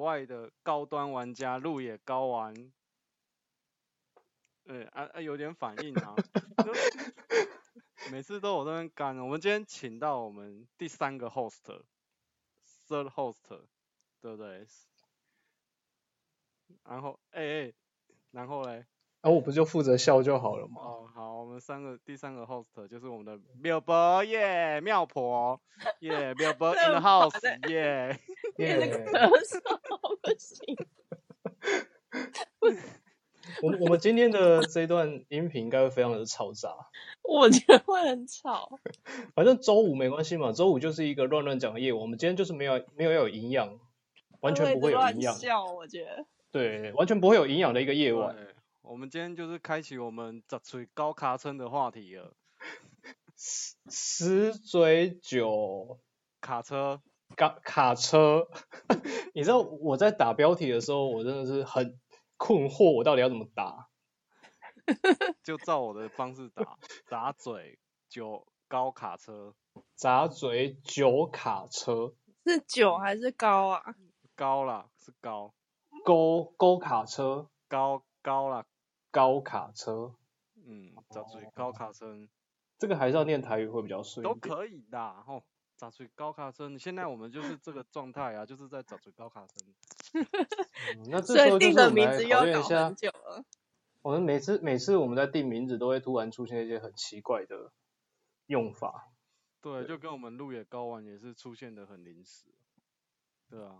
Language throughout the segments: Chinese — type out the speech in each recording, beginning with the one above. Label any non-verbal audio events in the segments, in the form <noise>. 外的高端玩家路野高玩，对啊啊有点反应 <laughs> 啊，就每次都有在那边干。我们今天请到我们第三个 host，third host，对不对？然后哎哎、然后嘞，然后啊我不就负责笑就好了 <laughs> 嘛。哦好，我们三个第三个 host 就是我们的妙伯耶，妙婆耶，妙伯 in the <laughs> 妙婆在 house 耶。变得耶咳嗽，不行。我们我们今天 <laughs> 的这一段音频应该会非常的嘈杂，我觉得会很吵。反正周五没关系嘛，周五就是一个乱乱讲的夜晚。我们今天就是没有没有要有营养，完全不会有营乱养，笑，我觉得。对，完全不会有营养的一个夜晚。对，我们今天就是开启我们杂嘴高卡称的话题了，十嘴九卡车。卡卡车， <laughs> 你知道我在打标题的时候，我真的是很困惑，我到底要怎么打？就照我的方式打，打嘴九高卡车杂嘴九卡车， <laughs> 是九还是高啊？高啦，是高勾勾卡车，高高啦，高卡车，嗯，杂嘴高卡车这个还是要念台语会比较顺一都点。可以啦，吼。杂嘴高卡车，现在我们就是这个状态啊，就是在杂嘴高卡车。嗯那这所时以候就定是我的们名来字考又虑一搞下很，久了。 <laughs> 我们每次每次我们在定名字都会突然出现一些很奇怪的用法。对，就跟我们路野高玩也是出现的很临时。对啊，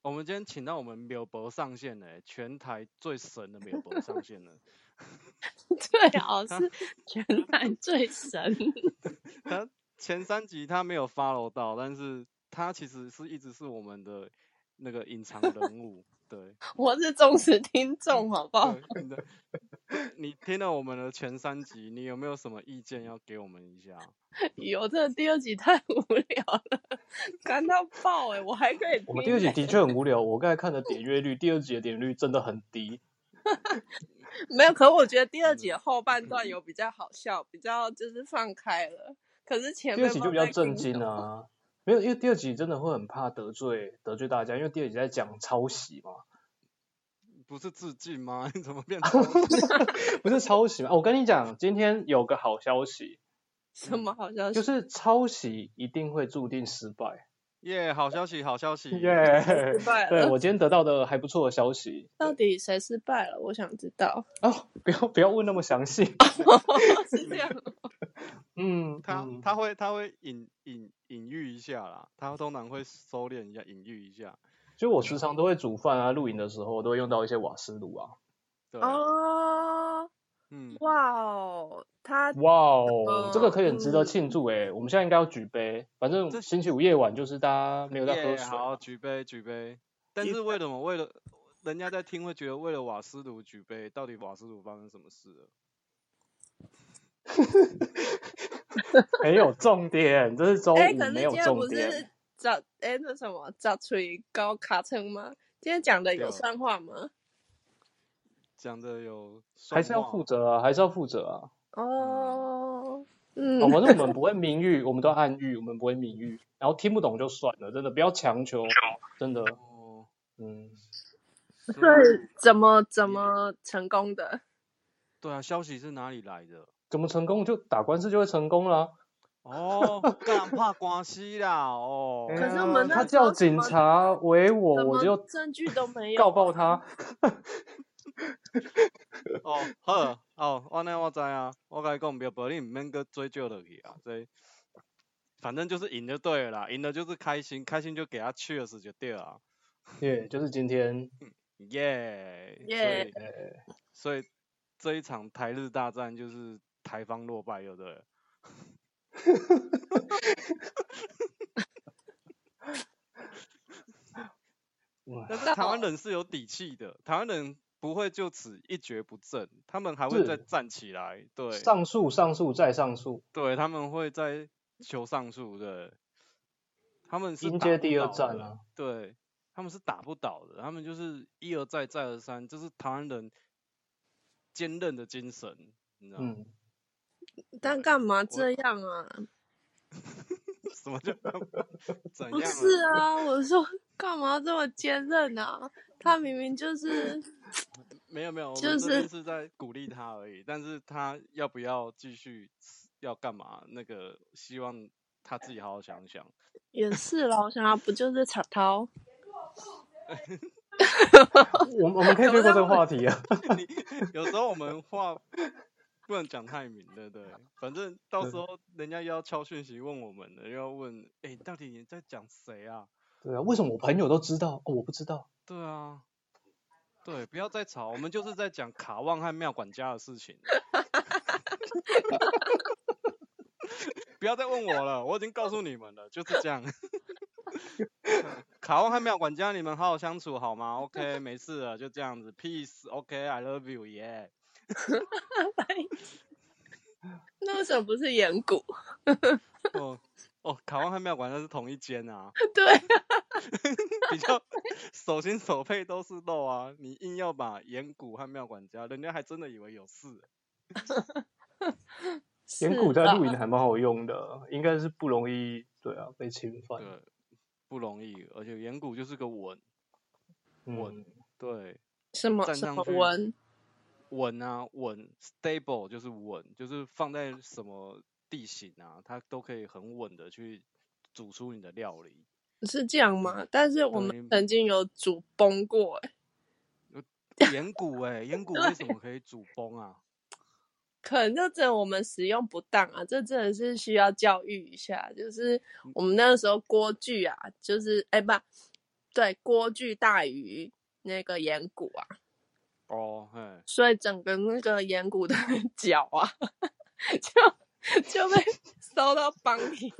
我们今天请到我们秒博上线呢、全台最神的秒博上线了。对啊，是全台最神。 <laughs> 他前三集他没有 follow 到，但是他其实是一直是我们的那个隐藏人物。对，我是忠实听众，好不好？对你的你听了我们的前三集，你有没有什么意见要给我们一下？有这第二集太无聊了，干到爆哎、我还可以听、欸我们第二集的确很无聊，我刚才看的点阅率，第二集的点阅率真的很低。没有，可我觉得第嗯二集的后半段有比较好笑，比较就是放开了。可是前第面二集就比较震惊啊，没有，因为第二集真的会很怕得罪得罪大家，因为第二集在讲抄袭嘛， <laughs> 不是致敬吗？ <laughs> 你怎么变成？不是抄袭嘛。哦我跟你讲，今天有个好消息，什么好像就是抄袭一定会注定失败。耶、好消息，好消息！嗯耶、 <laughs> 失 <laughs> 败对了？我今天得到的还不错的消息到底谁失败了？我想知道。 <laughs> 哦，不要不要问那么详细。 <laughs> 哦是这样吗， <laughs> 嗯，他嗯他会他会隐隐隐喻一下啦，他通常会收敛一下，隐喻一下。就我时常都会煮饭啊，露营的时候都会用到一些瓦斯炉啊。对，哦，嗯，哇哦，他哇哦嗯，这个可以很值得庆呃祝诶、我们现在应该要举杯，反这正星期五夜晚就是大家没有在喝耶水。啊好，举杯举杯。但举是为什么为了人家在听会觉得为了瓦斯炉举杯，到底瓦斯炉发生什么事了？没有重点，这是周五哎、可是没今有天重不点是。找哎那什么找锤高卡称吗？今天讲的有对算话吗？讲的有算还是要话负责啊，还是要负责啊。哦，嗯哦，反正我们不会名誉，我们都暗喻，我们不会名誉。然后听不懂就算了，真的不要强求，真的。 <laughs> 哦，嗯，所以是怎么怎么成功的？对啊，消息是哪里来的？怎么成功就打官司就会成功啦。哦，干怕关系啦，哦，可是我哎呀们那他时候叫怎警么察围我，怎我么就证据都没有啊告爆他。哦，好，哦，我那我知啊，我甲你讲，袂无你毋免搁追究落去啊，所以反正就是赢就对了啦，赢了就是开心，开心就给他 cheers 就对啊，耶就是今天耶、耶所以所以这一场台日大战就是台方落败，就对了。哇但是 <laughs> 台湾到人是有底气的，台湾人不会就此一蹶不振，他们还会再是站起来，对，上诉、上诉再上诉，对，他们会在求上诉的，他们是迎打接不第二倒战的啊。对，他们是打不倒的，他们就是一而再再而三，这是台湾人坚韧的精神，你知道吗？嗯，但干嘛这样啊？嗯 <laughs> <laughs> 什么叫怎样？啊啊不是，啊，我说干嘛这么坚韧啊？他明明就是没有没有，我就们这边是是在鼓励他而已。但是他要不要继续要干嘛？那个希望他自己好好想想。也是啦，我想他不就是草涛？我们我们 <laughs> 可以略过这个话题啊。 <laughs> 你有时候我们话不能讲太明，对不对？反正到时候人家又要敲讯息问我们了，又要问，哎、到底你在讲谁啊？对啊，为什么我朋友都知道，哦、我不知道？对啊，对，不要再吵，我们就是在讲卡旺和妙管家的事情。 <laughs> 不要再问我了，我已经告诉你们了，就是这样。卡旺和妙管家，你们好好相处好吗？OK，没事了，就这样子，peace，OK，I、love you，yeah。 <laughs> 那为什么不是岩谷？哦哦，卡旺和妙管家是同一间啊， <laughs> <laughs> 对，比较手心手背都是肉啊，你硬要把岩谷和妙管家，人家还真的以为有事。岩谷在露影。营还蛮好用的，应该是不容易对啊被侵犯。嗯对，不容易，而且岩谷就是个稳，我嗯，对，什么站什上么去文？稳啊，稳，stable 就是稳，就是放在什么地形啊，它都可以很稳的去煮出你的料理。是这样吗？但是我对们曾经有煮崩过、欸，岩谷哎、岩谷对为什么可以煮崩啊？可能就只有我们使用不当啊，这真的是需要教育一下。就是我们那个时候锅具啊，就是哎、不，对，锅具大于那个岩谷啊，哦，嘿，所以整个那个岩谷的 <laughs> 脚啊，就就被 <laughs> 收到帮里。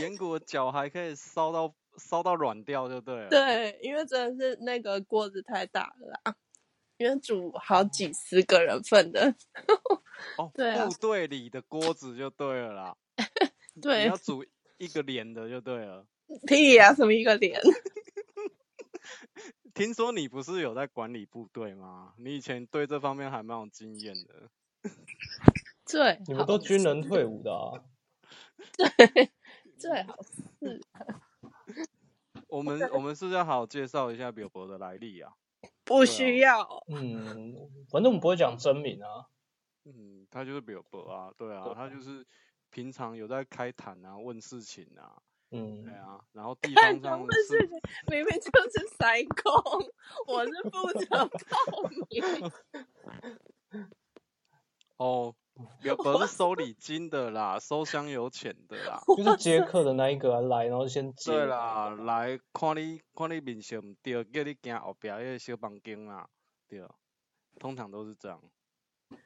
岩谷的脚还可以烧到烧到软掉，就对了。，对，因为真的是那个锅子太大了啦，因为煮好几十个人份的。嗯哦，<laughs> 对啊部队里的锅子就对了啦，你对要，煮一个脸的就对了。屁呀、什么一 <laughs> 个脸？听说你不是有在管理部队吗？你以前对这方面还蛮有经验的。最你好们都军人退伍的啊？最好是 <laughs> 我们我们是不是要好好介绍一下biểu博的来历啊。不需要。嗯，反正我们不会讲真名啊。嗯，他就是表博啊，对啊，他就是平常有在开坛啊，问事情啊，嗯对，啊，然 <laughs> 后地看方他上们的是事，明明就是塞工，我是负责报名。 <laughs> 哦，表博是收礼金的啦，收香油钱的 <laughs> 啦，就是接客的那一个啊来，然后先接。对啦，来看你看你面色唔对，叫你行后壁迄个小房间啦，对，通常都是这样，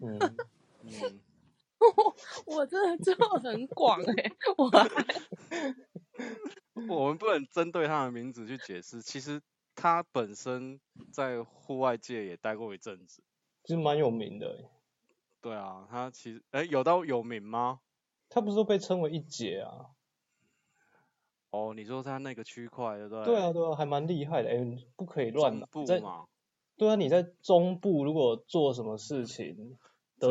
嗯， <laughs> 嗯。我真的做很广哎、<laughs> 我还我们不能针对他的名字去解释，其实他本身在户外界也待过一阵子。其实蛮有名的欸。对啊，他其实哎、有到有名吗？他不是都被称为一姐啊？哦，你说他那个区块对不对？对啊，，对啊，还蛮厉害的。哎、你不可以乱中来部在嘛，对啊，你在中部如果做什么事情得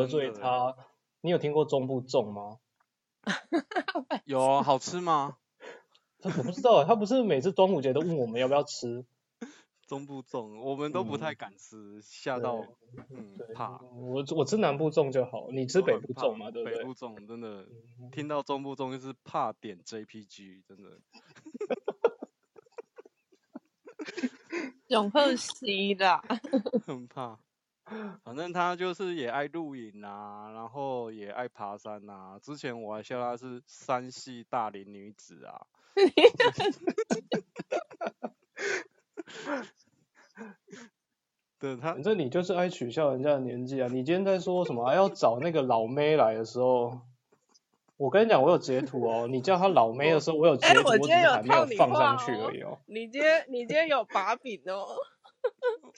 嗯真罪的他，你有听过中部粽吗？哎有啊好吃吗？他我不知道欸，他不是每次端午节都问我们要不要吃？中部粽我们都不太敢吃， <laughs> 吓嗯对到嗯对，怕。我我吃南部粽就好，你吃我北很部怕粽嘛，对不北对？部粽真的嗯听到中部粽就是怕点 JPG，真的。永和 <laughs> 西的，很怕。 <laughs> 反正他就是也爱露营啊，然后也爱爬山啊。之前我还笑他是山系大龄女子 <laughs> 啊， <laughs> 对他反正你就是爱取笑人家的年纪啊！你今天在说什么还要找那个老妹来的时候，我跟你讲，我有截图哦。你叫她老妹的时候，我有截 <laughs> 哎图，我只今是天有还没有套你放话上去哦而已哦。你今天你今天有把柄哦。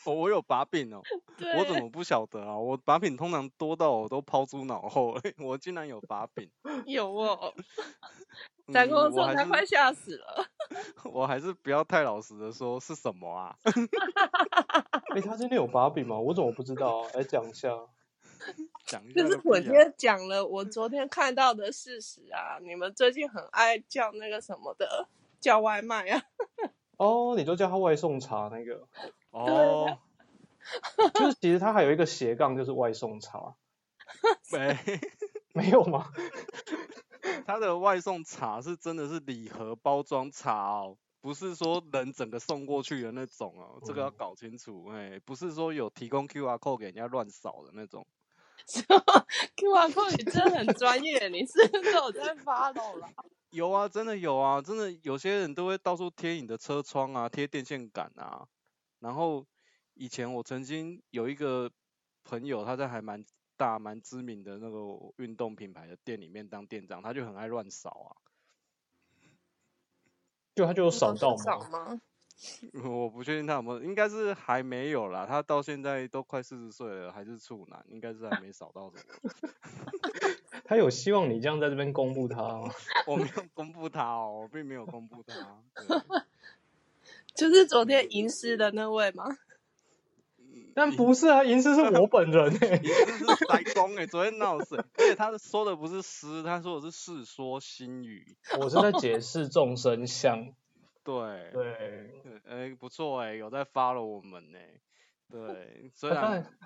我我有把柄哦，对，我怎么不晓得啊？我把柄通常多到我都抛诸脑后 <laughs> 了，我竟然有把柄。有哦？嗯在跟我我说还他快是吓死了。我还是不要太老实的说是什么啊？ <laughs> 哎，她真的有把柄吗？我怎么不知道啊？来讲一下。讲一下就个是我屁今啊天讲了我昨天看到的事实啊，你们最近很爱叫那个什么的叫外卖啊。 <laughs> 哦，你就叫他外送茶 <laughs> 那个，哦，就是其实它还有一个斜杠，就是外送茶，没，没有吗？他的外送茶是真的是礼盒包装茶哦，不是说人整个送过去的那种哦，这个要嗯搞清楚，哎、不是说有提供 QR code 给人家乱扫的那种。 QR code 你真的很专业，你是不是有在 follow 了？有啊，真的有啊，真的有些人都会到处贴你的车窗啊，贴电线杆啊。然后以前我曾经有一个朋友，他在还蛮大、蛮知名的那个运动品牌的店里面当店长，他就很爱乱扫啊。就他就有扫到哦少吗？吗？ <laughs> 我不确定他有没有，应该是还没有啦。他到现在都快四十岁了，还是处男，应该是还没扫到什么。他有希望你这样在这边公布他吗？我没 <laughs> 有公布他哦，我并没有公布他。对就是昨天吟诗的那位吗？ <laughs> 嗯但以不是啊，银丝是我本人哎、 <laughs> 你这是白宫哎，昨天闹事，而且他说的不是诗，他说的是《世说新语我是在解释众生相。》。对，对，呃、哎不错哎，有在 follow 我们呢。欸对，啊虽他然当然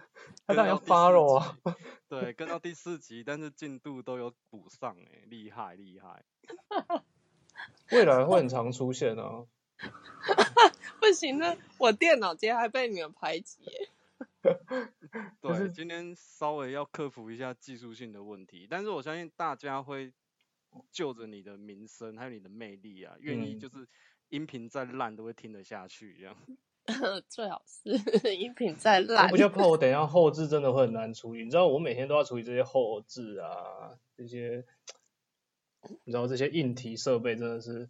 他当然要跟到第四 follow 啊。集，对，跟到第四集，但是进度都有补上哎，厉害厉害。未来会很常出现啊。不行，那我电脑间还被你们排挤耶。但对，是今天稍微要克服一下技术性的问题，但是我相信大家会就着你的名声还有你的魅力啊，愿意嗯就是音频再烂都会听得下去这样。呃最好是 <laughs> 音频再我烂比，较怕我等一下后置真的会很难处理，你知道我每天都要处理这些后置啊，这些，你知道这些硬体设备真的是，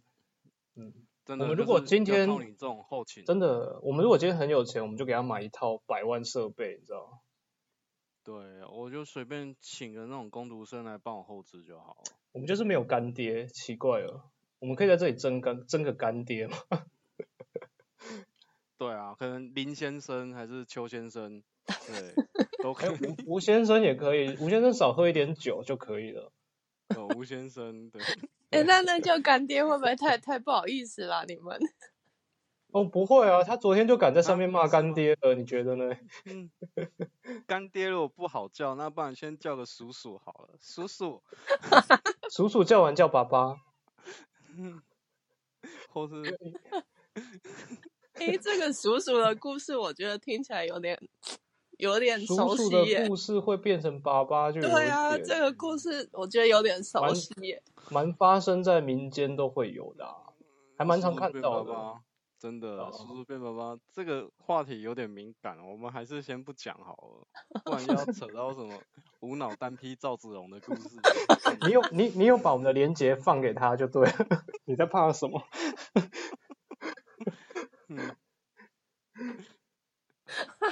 嗯，真我的们就如果是今要靠天你这种后勤，真的，我们如果今天很有钱，我们就给他买一套百万设备，你知道吗？对我就随便请个那种工读生来帮我后置就好了。我们就是没有干爹，奇怪了，我们可以在这里争干争个干爹嘛？对啊，可能林先生还是邱先生，对，都哎、可以。 <laughs> 吴吴先生也可以，吴先生少喝一点酒就可以了。呃吴先生，对，哎、那那叫干爹会不会太太不好意思啦？你们 <laughs> 哦，不会啊，他昨天就敢在啊上面骂是吗干爹了，你觉得呢？嗯，干爹如果不好叫，那不然先叫个叔叔好了，叔叔，叔叔叫完叫爸爸，或是哎、这个鼠鼠的故事，我觉得听起来有点有点叔熟叔悉的耶。故事会变成爸爸，就有对啊，一这点个故事我觉得有点熟蛮悉耶。蛮发生在民间都会有的啊、嗯还蛮叔常叔看变到爸的爸真的，叔哦叔变爸爸这个话题有点敏感，我们还是先不讲好了，不然要扯到什 <laughs> 么无脑单批赵子龙的故事。你有你你有把我们的链接放给他就对了， <laughs> 你在怕什么？嗯，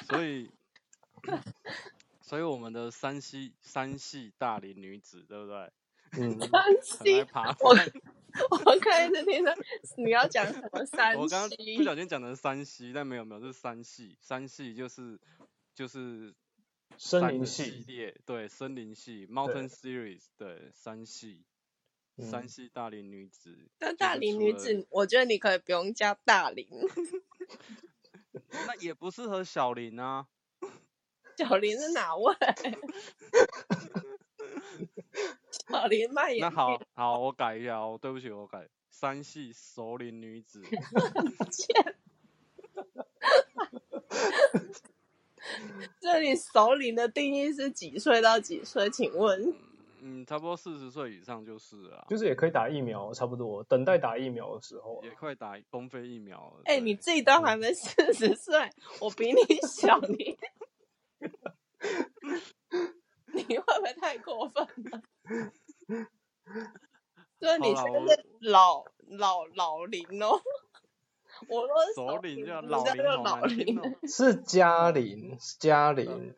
所以，所以我们的山西山系大龄女子，对不对？ <laughs> 嗯，山很爱西，爬我山。 <laughs> 我开始听到你要讲什么山我刚刚不西，小心讲成山西，但没有没有是山系，山系就是就是森山林的系，列，对，森林系 （Mountain Series） 对，山系，山嗯系大龄女子。但就大是龄除女了子，我觉得你可以不用加大龄，那也不适合小林啊， <laughs> 小林是哪位？ <laughs> 小林卖那眼好好，我改一下哦，对不起，我改山系熟龄女子，线，这里熟龄的定义是几岁到几岁？请问嗯，差不多四十岁以上就是了啊，就是也可以打疫苗，差不多，等待打疫苗的时候啊、也快打公费疫苗了。哎、对你自己都还没四十岁，我比你小，你你会不会太过分了？就是你好啦现在我是老老老龄哦，我都是熟龄叫你老这龄好叫老难听龄哦，是嘉玲，是嘉嗯玲，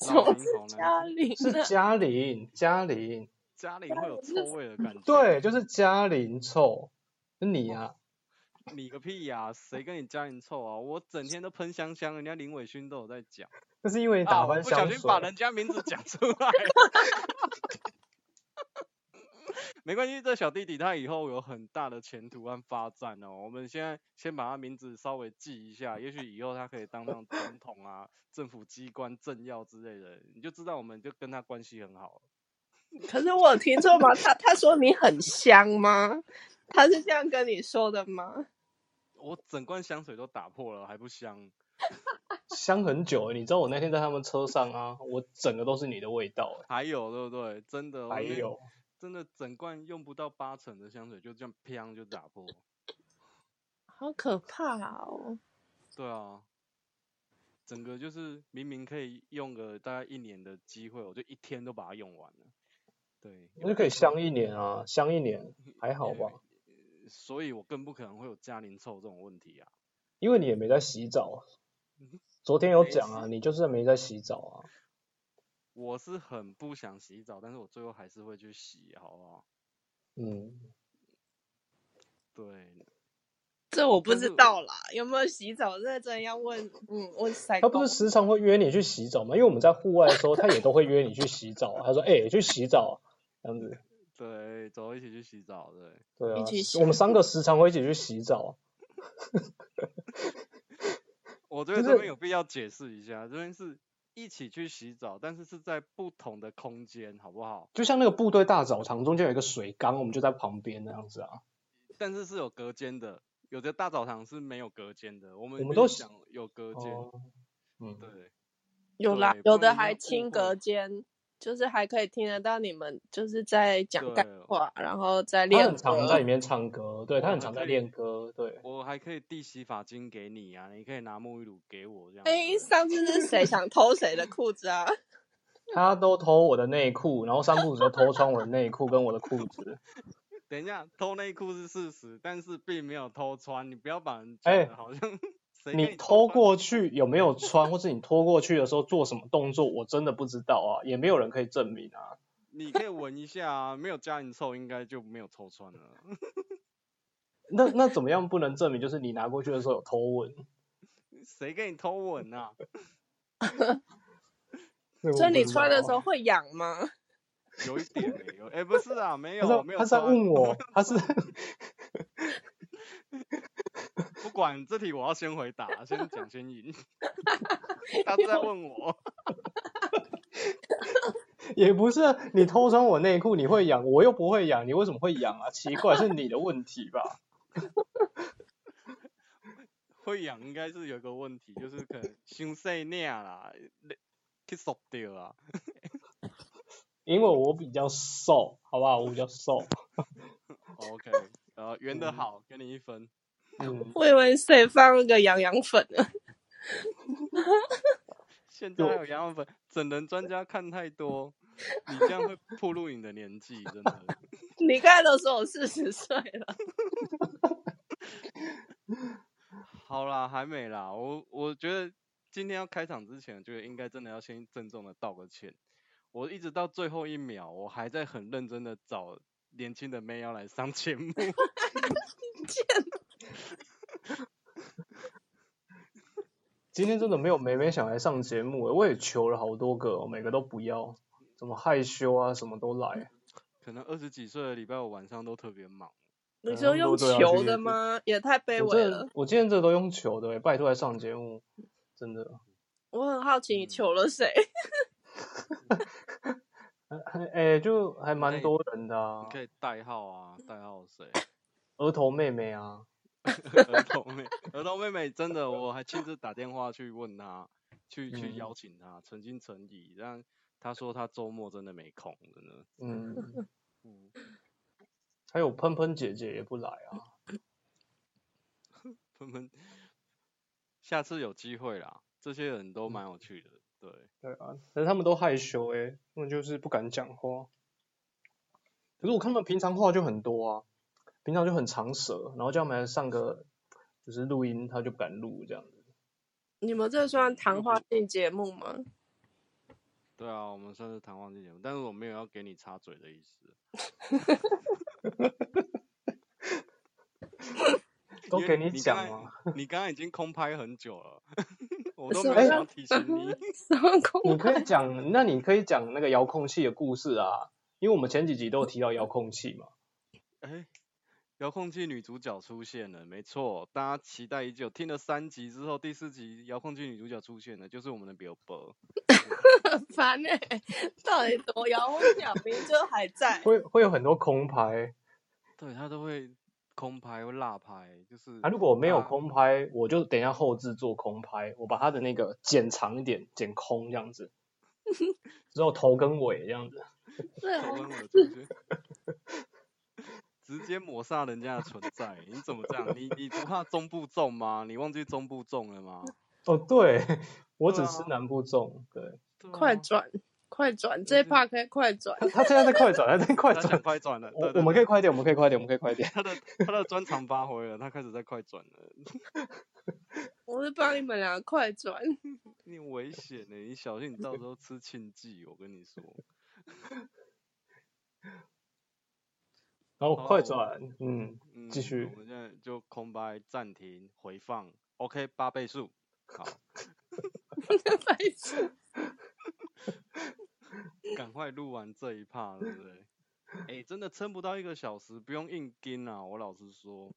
什老么龄是好嘉难听，龄是呢？嘉玲，嘉玲，家里会有臭味的感觉。，对，就是嘉玲臭，是你啊，你个屁呀、谁跟你家人臭啊？我整天都喷香香，人家林伟勋都有在讲。那是因为你啊，打我翻不小香心 <laughs> 水把，人家名字讲出来。没关系，这小弟弟他以后有很大的前途和发展哦。我们现在先把他名字稍微记一下，也许以后他可以当上总统啊、政府机关政要之类的，你就知道我们就跟他关系很好了。可是我有听错吗？他他说你很香吗？他是这样跟你说的吗？我整罐香水都打破了，还不香？香很久欸，你知道我那天在他们车上啊，我整个都是你的味道欸还有对不对？真的，我还那有，真的整罐用不到八成的香水就这样砰就打破。好可怕哦！对啊，整个就是明明可以用个大概一年的机会，我就一天都把它用完了。对，那就可以香一年啊，香一年还好吧？呃所以我更不可能会有家庭臭这种问题啊。因为你也没在洗澡啊嗯。昨天有没讲啊，洗你就是没在洗澡啊。我是很不想洗澡，但是我最后还是会去洗，好不好？嗯，对，这我不但知是道啦，有没有洗澡？这真的要问，嗯，问塞他不是时常会约你去洗澡吗？因为我们在户外的时候，他也都会约你去洗澡啊。他说：“哎、去洗澡啊。”这样子，对，走一起去洗澡，对。对啊一起洗，我们三个时常会一起去洗澡啊。我觉得就这是边有必要解释一下，这边是一起去洗澡，但是是在不同的空间，好不好？就像那个部队大澡堂中间有一个水缸，我们就在旁边那样子啊。但是是有隔间的，有的大澡堂是没有隔间的，我们我们没都有是讲有隔间，哦，嗯，对，有啦对，有不然的人家还误清会隔间，就是还可以听得到你们就是在讲干对哦话，然后在他练很常在歌里。面唱歌，对他很常在练歌，对。我还可以递洗发精给你啊，你可以拿沐浴乳给我这样子。啊哎，上次是谁想偷谁的裤子 <laughs> 啊？他都偷我的内裤，然后三不五时就偷穿我的内裤跟我的裤子。等一下，偷内裤是事实，但是并没有偷穿，你不要把人哎讲的好像 <laughs> 谁跟你偷偷穿过去有没有穿，或是你拖过去的时候做什么动作，我真的不知道啊，也没有人可以证明啊。你可以闻一下啊，没有家人臭应该就没有偷穿了。 <laughs> 那那怎么样不能证明？就是你拿过去的时候有偷吻，谁跟你偷吻啊？那个所我以你不知道穿的时啊候会痒吗？有一点、欸，有哎、不是啊，没有，我没有他是他是在穿 <laughs> 问我，他是不管这题，我要先回答，先讲先 <laughs> 赢。 <laughs> 他是在问我，也不是啊你偷穿我内裤你会痒，我又不会痒，你为什么会痒啊？奇怪，是你的问题吧？会痒应该是有个问题，就是可能胸塞那啦，去缩掉啊。因为我比较瘦，好不好？我比较瘦，哦 OK，呃，圆的嗯好，给你一分。嗯，我以为谁放那个羊羊粉呢？ <laughs> 现在就还有羊羊粉，整人专家看太多，你这样会暴露你的年纪，真的。你刚才都说我四十岁了，好啦，还没啦，我我觉得今天要开场之前，就应该真的要先郑重的道个歉。我一直到最后一秒，我还在很认真的找年轻的妹要来上节目， <laughs> 今天真的没有梅梅想来上节目欸，我也求了好多个哦，每个都不要，什么害羞啊，什么都来。可能二十几岁的礼拜五晚上都特别忙。你说用啊球的吗？也太卑我微这了。我今天这都用求的欸，拜托来上节目，真的。我很好嗯奇你求了谁？ <laughs> 哎、就还蛮多人的你啊，可以代号啊，代号 <laughs> 谁？额头妹妹啊，儿童妹，儿童妹妹真的，我还亲自打电话去问她，去去嗯邀请她，诚心诚意，但她说她周末真的没空，真的。 <laughs> 嗯，嗯，还有喷喷姐姐也不来啊，我们下次有机会啦，这些人嗯都蛮有趣的，对。对啊，可是他们都害羞诶、他们就是不敢讲话。可是我看他们平常话就很多啊，平常就很长舌，然后叫他们来上个就是录音，他就不敢录这样子。你们这算谈嗯话性节目吗？ <laughs> 对啊，我们算是谈话性节目，但是我没有要给你插嘴的意思。都因为给你你讲刚才啊！你刚刚已经空拍很久 <laughs> 了，我都是没有吗想要提醒你。什么你空？可以讲，那你可以讲那个遥控器的故事啊，因为我们前几集都有提到遥控器嘛。哎，遥控器女主角出现了，没错，大家期待已久。听了三集之后，第四集遥控器女主角出现了，就是我们的刘伯。很 <laughs> 烦哎、到底怎么遥控小明就还 <laughs> 在？会会有很多空拍对他都会空拍会落拍，就是啊。如果没有啊空拍，我就等一下后置做空拍，我把它的那个剪长一点，剪空这 <laughs> 样子，只有头跟尾这样子。对台哦，湾我 <laughs> 的同学，直接抹杀人家的存在，你怎么这样？你你不怕中部重吗？你忘记中部重了吗？哦，对，我只对啊吃南部粽。对，对快啊转，快转，就这是一趴可以快转。他他现在在快转，他在快他想转。快转了，我对对我们可对以快一点，我们可以快一点，我们可以快 <laughs> 一点。他的他的专长发挥了，他开始在快转了，我是帮你们俩快转， <laughs> 你危险呢、你小心你到时候吃庆忌，我跟你说。然后好哦快转，嗯，嗯，继续我们现在就空白暂停回放，OK 八倍速，好，白痴。赶快录完这一趴，对不对？哎、真的撑不到一个小时，不用硬盯啊，我老实说。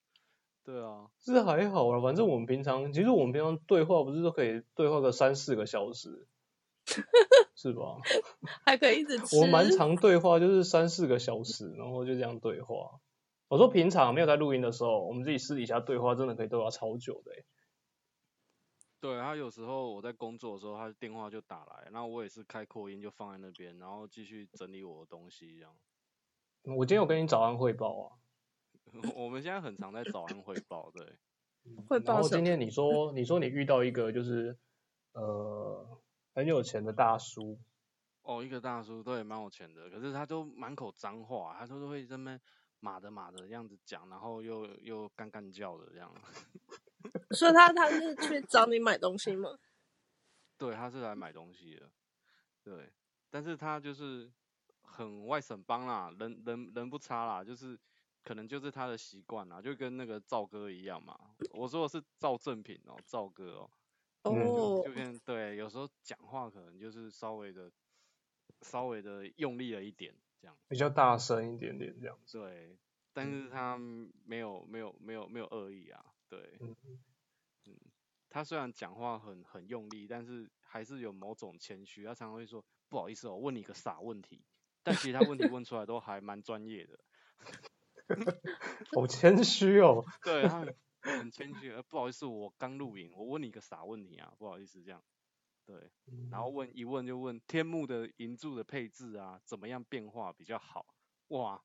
对啊，是还好啊，反正我们平常，其实我们平常对话不是都可以对话个三四个小 <laughs> 时，是吧？还可以一直吃。我蛮常对话，就是三四个小时，然后就这样对话。我说平常没有在录音的时候，我们自己私底下对话，真的可以对话超久的、欸。对他有时候我在工作的时候，他电话就打来，然后我也是开扩音就放在那边，然后继续整理我的东西这样。 <laughs> 我今天有跟你早安汇报啊，我们现在很常在早安汇报，对，汇然报后什今么？天你说 <laughs> 你说你遇到一个就是呃很有钱的大叔，哦，一个大叔对，蛮有钱的，可是他都满口脏话，他都是会这么码的码的这样子讲，然后又又干干叫的这样。说他他是去找你买东西吗？对，他是来买东西的，对，但是他就是很外省帮啦，人人人不差啦，就是可能就是他的习惯啦，就跟那个赵哥一样嘛。我说的是赵正平哦，赵哥哦，哦就，变对，有时候讲话可能就是稍微的稍微的用力了一点这样，比较大声一点点 <laughs> 这样子。对，但嗯是他没有没有没有没有恶意啊，对，嗯嗯，他虽然讲话很很用力，但是还是有某种谦虚，他常常会说不好意思哦，问你一个傻问题，但其实他问题问出来都还蛮专业的，好谦虚哦，对，他很很谦虚，呃不好意思，我刚录影，我问你一个傻问题啊，不好意思这样，对，嗯嗯然后问一问就问天幕的银柱的配置啊，怎么样变化比较好？哇，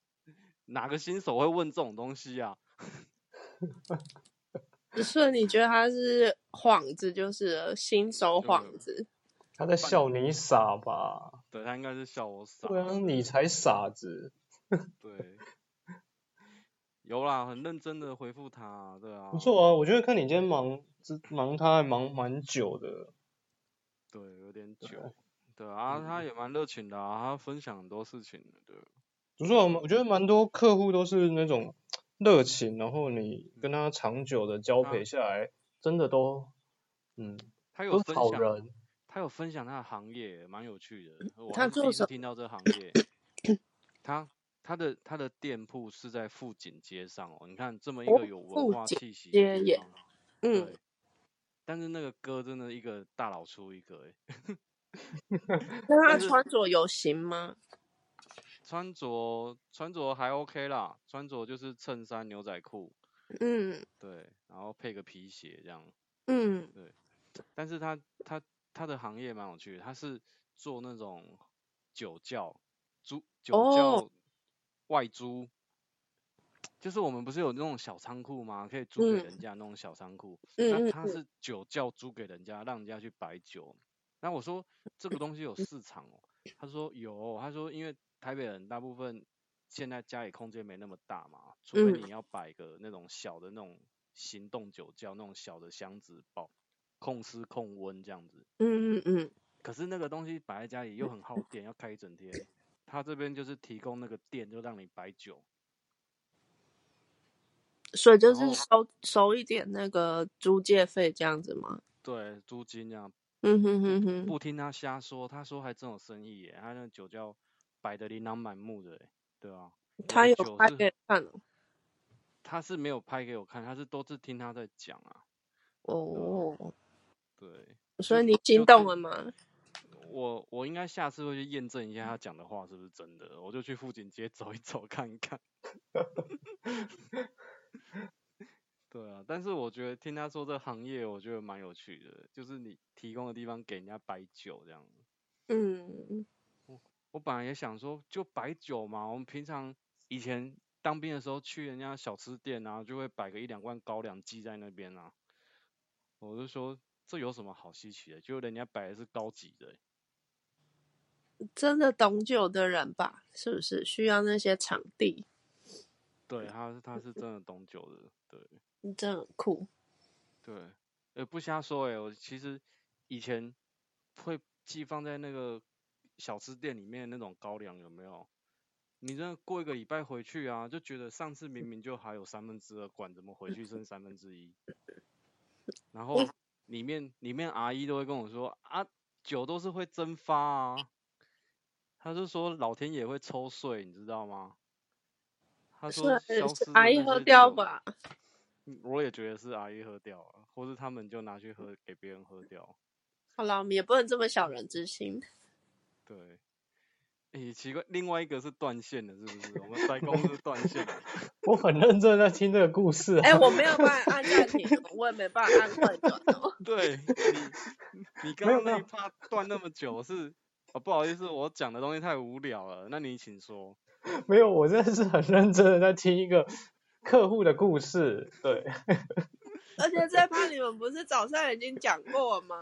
哪个新手会问这种东西啊？所以你觉得他是幌子，就是了新手幌子，他在笑你傻吧？对他应该是笑我傻。对啊，你才傻子！对，有啦，很认真的回复他，对哦啊，不，错啊，我觉得看你今天忙，这忙他还忙蛮久的。对，有点对久，对啊，他也蛮热情的啊，他分享很多事情的，对，不错，我觉得蛮多客户都是那种热情，然后你跟他长久的交啊配下来，真的都，嗯，他有都是分好享，人。他有分享他的行业，蛮有趣的，我他还是做第一次什听到这个行业，他。他的他的店铺是在富锦街上哦，你看这么一哦个有富文化锦气息街的地耶方，嗯对，。但是那个歌真的一个大老粗一个哎，那他但是穿着有型吗？穿着穿着还 OK 啦，穿着就是衬衫、牛仔裤，嗯对，然后配个皮鞋这样。嗯，但是他他他的行业蛮有趣的，他是做那种酒窖租酒窖哦外租，就是我们不是有那种小仓库吗？可以租给嗯人家那种小仓库，嗯那嗯他是酒窖租给人家，让人家去摆酒。那我说这个东西有嗯市场哦，他说有，他说因为台北人大部分现在家里空间没那么大嘛，除非嗯你要摆个那种小的那种行动酒窖那种小的箱子保控湿控温这样子。嗯嗯嗯，可是那个东西摆在家里又很耗电，要开一整天。他这边就是提供那个电，就让你摆酒。所以就然是后收收一点那个租借费这样子吗？对，租金这啊样嗯哼哼哼，不听他瞎说，他说还真有生意耶，他那个酒窖摆的琳琅满目的耶，对啊，他有酒拍是给你看哦了他是没有拍给我看，他是都是听他在讲啊。哦，对，所以你就是心动了吗？我我应该下次会去验证一下他讲的话是不是真的，我就去富锦街走一走看一看。 <laughs> 对啊，但是我觉得听他说这个行业，我觉得蛮有趣的，就是你提供的地方给人家摆酒这样。嗯，我本来也想说就摆酒嘛，我们平常以前当兵的时候去人家小吃店啊，就会摆个一两罐高粱鸡在那边啊。我就说这有什么好稀奇的？就人家摆的是高级的欸、真的懂酒的人吧，是不是需要那些场地？对，他是他是真的懂酒的，对真的很酷。对，呃，不瞎说诶、我其实以前会寄放在那个小吃店里面的那种高粱有没有？你真的过一个礼拜回去啊，就觉得上次明明就还有三分之二罐，怎么回去剩三分之一？然后里面里面阿姨都会跟我说啊，酒都是会蒸发啊，他就说老天爷会抽税，你知道吗？他是说消失的是阿姨那喝些掉酒吧？嗯我也觉得是阿姨喝掉了，或是他们就拿去喝给别人喝掉。好啦，我们也不能这么小人之心。对，诶，奇怪，另外一个是断线的，是不是？我们塞公是断线 <laughs> 的。我很认真地在听这个故事、啊。哎、我没有办法按暂停哦，我也没办法按快转哦。对你，你刚没有刚没那一有趴断那么久是，哦，不好意思，我讲的东西太无聊了，那你请说。没有，我真的是很认真的在听一个客户的故事。对，而且这趴你们不是早上已经讲过了吗？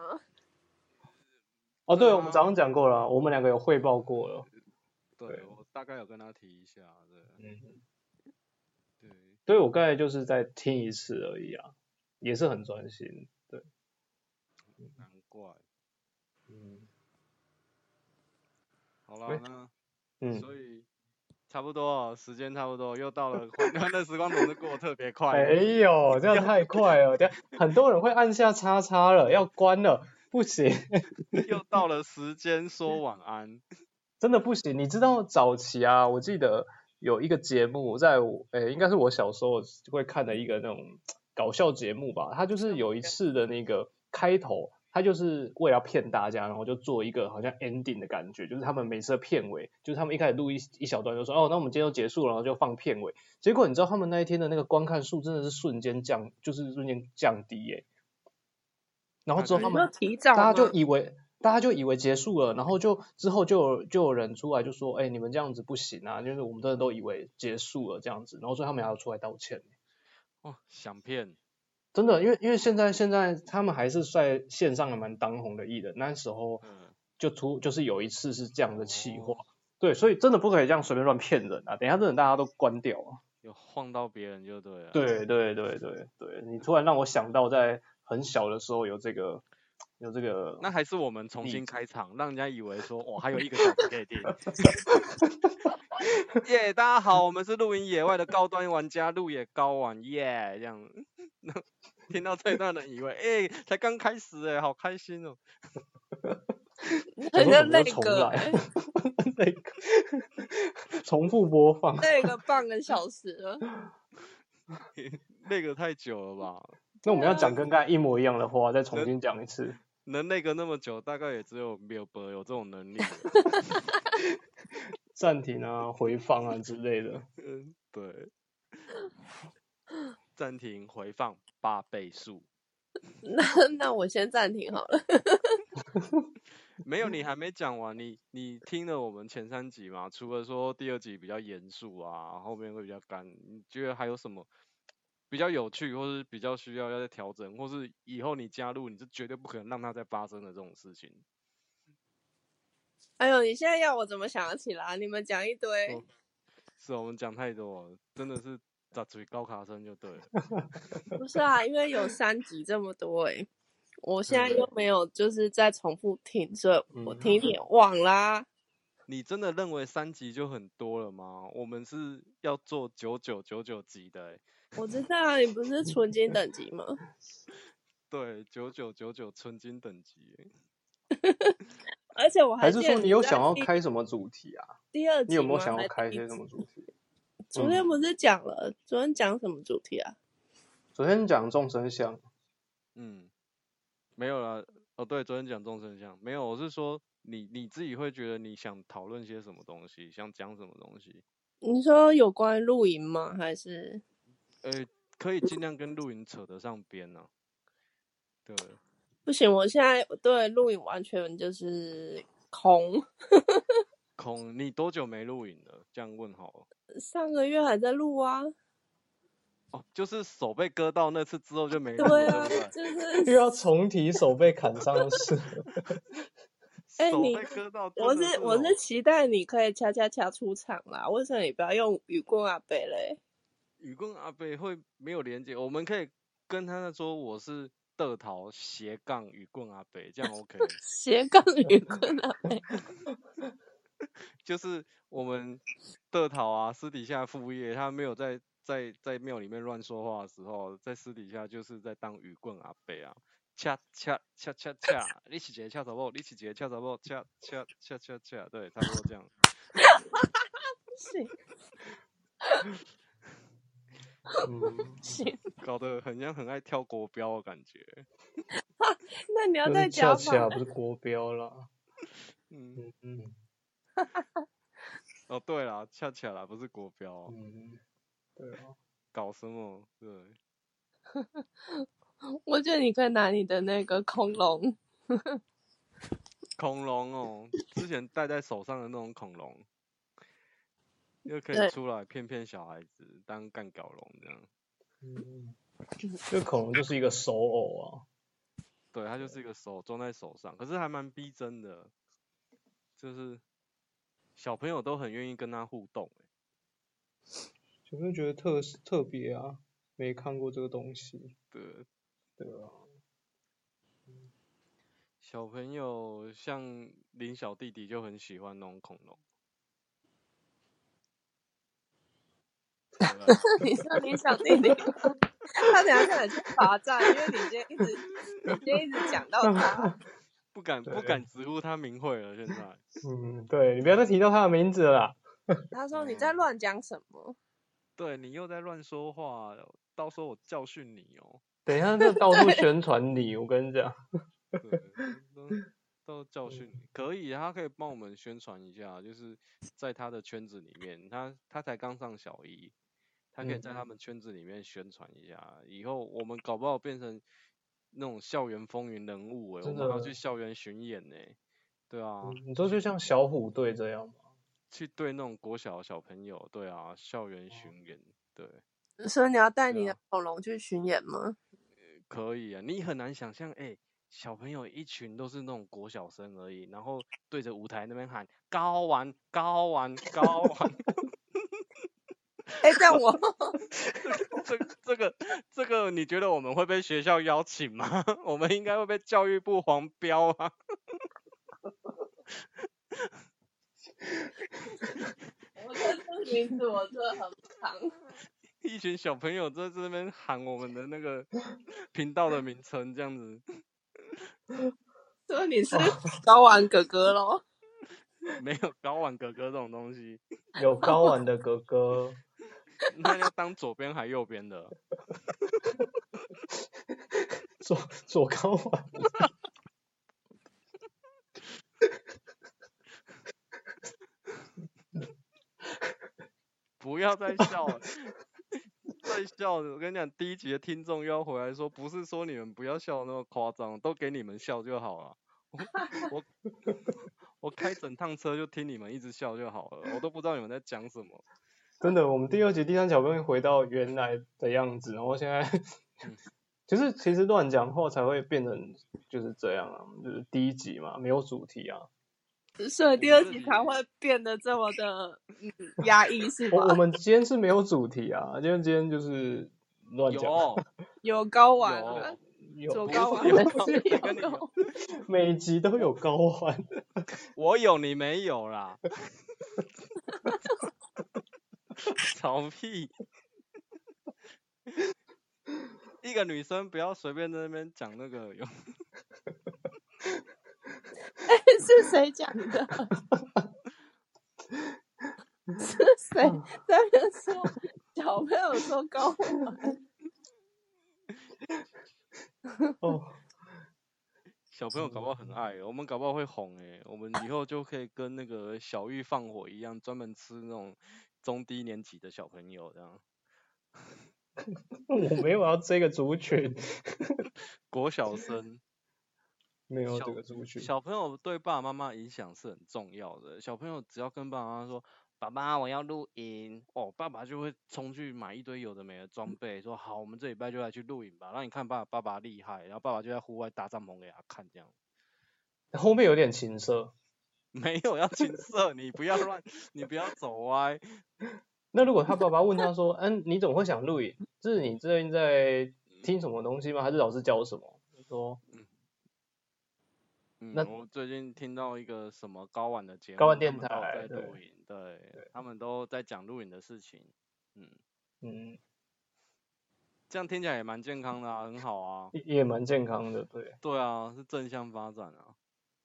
哦，对对，啊我们早上讲过了，我们两个有汇报过了。对对我大概有跟他提一下，对嗯，对，对，我刚才就是在听一次而已啊，也是很专心。对，难怪。嗯好啦，喂那嗯，所以差不多哦了，时间差不多，又到了 <laughs> 欢欢乐时光总是过得特别快。没有，这样太快了，这样很多人会按下叉叉了，要关了，不行，又到了时间说晚安。真的不行。你知道早期啊，我记得有一个节目，在我，诶，应该是我小时候会看的一个那种搞笑节目吧。它就是有一次的那个开头，它就是为了要骗大家，然后就做一个好像 ending 的感觉，就是他们每次的片尾，就是他们一开始录一一小段就说，哦，那我们今天就结束了，然后就放片尾。结果你知道他们那一天的那个观看数真的是瞬间降，就是瞬间降低耶、然后之后那可他你以们说提早大家吗？就以为大家就以为结束了，然后就之后就有就有人出来就说，哎、你们这样子不行啊，就是我们真的都以为结束了这样子，然后所以他们还要出来道歉，哦，想骗，真的，因为因为现在现在他们还是在线上还蛮当红的艺人，那时候嗯，就出就是有一次是这样的企划，哦对，所以真的不可以这样随便乱骗人啊，等一下真的大家都关掉啊，有晃到别人就对了。，啊对对对对对，你突然让我想到在很小的时候有这个有这个，那还是我们重例新子开场，让人家以为说我还有一个小时可以听。 <laughs> 耶大家好，我们是露营野外的高端玩家，路野高玩耶这样。 <laughs> 听到这一段的人以为，哎、才刚开始哎、好开心哦、我很说怎像么那又重个来那个 <laughs> 重复播放。那个半个小时了， <laughs> 那个太久了吧？那我们对要啊讲跟刚才一模一样的话，再重新讲一次。能那个那么久，大概也只有缪伯有这种能力了。 <laughs> 暂停啊、回放啊之类的。嗯，对。 <laughs> 暂停回放八倍速，那那我先暂停好了。没有你还没讲完，你你听了我们前三集嘛？除了说第二集比较严肃啊，后面会比较干，你觉得还有什么比较有趣，或是比较需要要再调整，或是以后你加入你是绝对不可能让它再发生的这种事情？哎呦，你现在要我怎么想得起来？你们讲一堆，哦是我们讲太多了，真的是砸嘴高卡声就对了。不是啊，因为有三集这么多哎、我现在嗯又没有就是在重复听，所以我嗯听一听忘啦。你真的认为三集就很多了吗？我们是要做九九九九集的、欸，我知道啊，你不是纯金等级吗？对，九九九九纯金等级欸。而且我还记是得说你有在想要第开什么主题啊？第二集你有没有吗想要还是开一第些一什集么嗯主 <laughs> 题？昨天不是讲了？昨天讲什么主题啊？昨天讲众生相，嗯，没有啦。哦，对，昨天讲众生相，没有，我是说你你自己会觉得你想讨论些什么东西，想讲什么东西，你说有关于露营吗？还是呃，可以尽量跟露营扯得上边呢、对，不行？我现在对露营完全就是空。空，你多久没露营了？这样问好了。上个月还在录啊，哦，就是手被割到那次之后就没 <laughs> 录对了，啊对不，对？就是又要重提手被砍伤的事。 <laughs> 哎手你被割到真我的是是我哦是期待你可以恰恰恰出场啦。为什么你不要用雨棍啊北 <laughs> 嘞？雨棍阿北会没有连接，我们可以跟他说我是德桃斜杠雨棍阿北，这样 OK。斜杠雨棍 <laughs> 啊北，就是我们德桃啊，私底下副业，他没有在在在庙里面乱说话的时候，在私底下就是在当雨棍阿北啊。恰恰恰恰恰，你起节恰什么？你起节恰什么？恰恰恰恰恰，对，差不多这样。不行嗯不，行，搞得很像很爱跳国标的感觉。 <laughs> 那你要那再是恰讲恰不法。是国标啦。嗯，嗯嗯哦对啦，恰恰啦，不是国标哦，嗯，对啊，搞什么？对， <laughs> 我觉得你可以拿你的那个恐龙， <laughs> 恐龙哦，之前戴在手上的那种恐龙，又可以对出来骗骗小孩子，当干搞龙这样。 <laughs> 嗯，这个恐龙就是一个手偶啊。对，它就是一个手装在手上，可是还蛮逼真的，就是小朋友都很愿意跟它互动欸、小朋友觉得特特别啊，没看过这个东西，对，对啊，小朋友像林小弟弟就很喜欢那种恐龙。对啊你说你想弟弟， <laughs> 他等一下再来去罚站，因为你今天一直你今天一直讲到他，不敢不对敢直呼他名讳了，现在嗯，对你不要再提到他的名字了啦，他说你在乱讲什么？对你又在乱说话了，到时候我教训你哦。等一下就到处宣传你，我跟你 <laughs> 讲，对，都 <laughs> 都教嗯训你，可以，他可以帮我们宣传一下，就是在他的圈子里面，他他才刚上小一，他嗯可以在他们圈子里面宣传一下，以后我们搞不好变成那种校园风云人物哎、我真们还要的嗯去校园巡演呢、对啊，你说就像小虎队这样吗？去对那种国小的小朋友，对啊，校哦园巡演，对。所以你要带对你的啊恐龙去巡演吗？可以啊，你很难想象，哎、小朋友一群都是那种国小生而已，然后对着舞台那边喊高玩高玩高玩， <laughs> 哎、这样我这这个这个，你觉得我们会被学校邀请吗？ <laughs> 我们应该会被教育部黄标啊。 <laughs> 我对这个名字我真的很不常。一群小朋友在这边喊我们的那个频道的名称，这样子所以你是高玩哥哥喽？没有高玩哥哥这种东西，有高玩的哥 <laughs> 哥，那要当左边还右边的？啊左左高玩，不要再笑了，再笑了，我跟你讲，第一集的听众又要回来说，不是说你们不要笑得那么夸张，都给你们笑就好了。我我我开整趟车就听你们一直笑就好了，我都不知道你们在讲什么。真的，我们第二集、第三集好不容易回到原来的样子，然后现在嗯，就是其实乱讲话才会变成就是这样啊，就是第一集嘛，没有主题啊，所以第我二这集里才会变得这么的嗯压抑是我我吧？们今天是没有主题啊，今天今天就是乱讲，有啊有高玩啊 <laughs> 有，，有左不高是玩有的高是跟你有高 <laughs> 玩每集都有高玩，我有你没有啦， <laughs> 吵屁！ <laughs> 一个女生不要随便在那边讲那个有 <laughs> 是谁讲的？谁嗯在那边说小朋友说高玩？哦，小朋友搞不好很爱，我们搞不好会红哎、我们以后就可以跟那个小玉放火一样，专门吃那种中低年级的小朋友这样，我没有要这个族群，国小生。没有小这个族群。小朋友对爸爸妈妈影响是很重要的。小朋友只要跟爸爸妈妈说：“爸爸，我要露营。”哦，爸爸就会冲去买一堆有的没的装备，说：“好，我们这礼拜就来去露营吧。”让你看爸爸爸厉害，然后爸爸就在户外搭帐篷给他看，这样 <laughs> 后面有点情色。没有要 <laughs> 情色，你不要乱，你不要走歪。那如果他爸爸问他说：“嗯、你怎么会想录影？是你最近在听什么东西吗？还是老师教什么？”我说嗯那，我最近听到一个什么高玩的节目，高玩他电们都有台在对露营，对他们都在讲露营的事情，嗯，：“嗯，这样听起来也蛮健康的啊，很好啊，也也蛮健康的，对，对啊，是正向发展啊。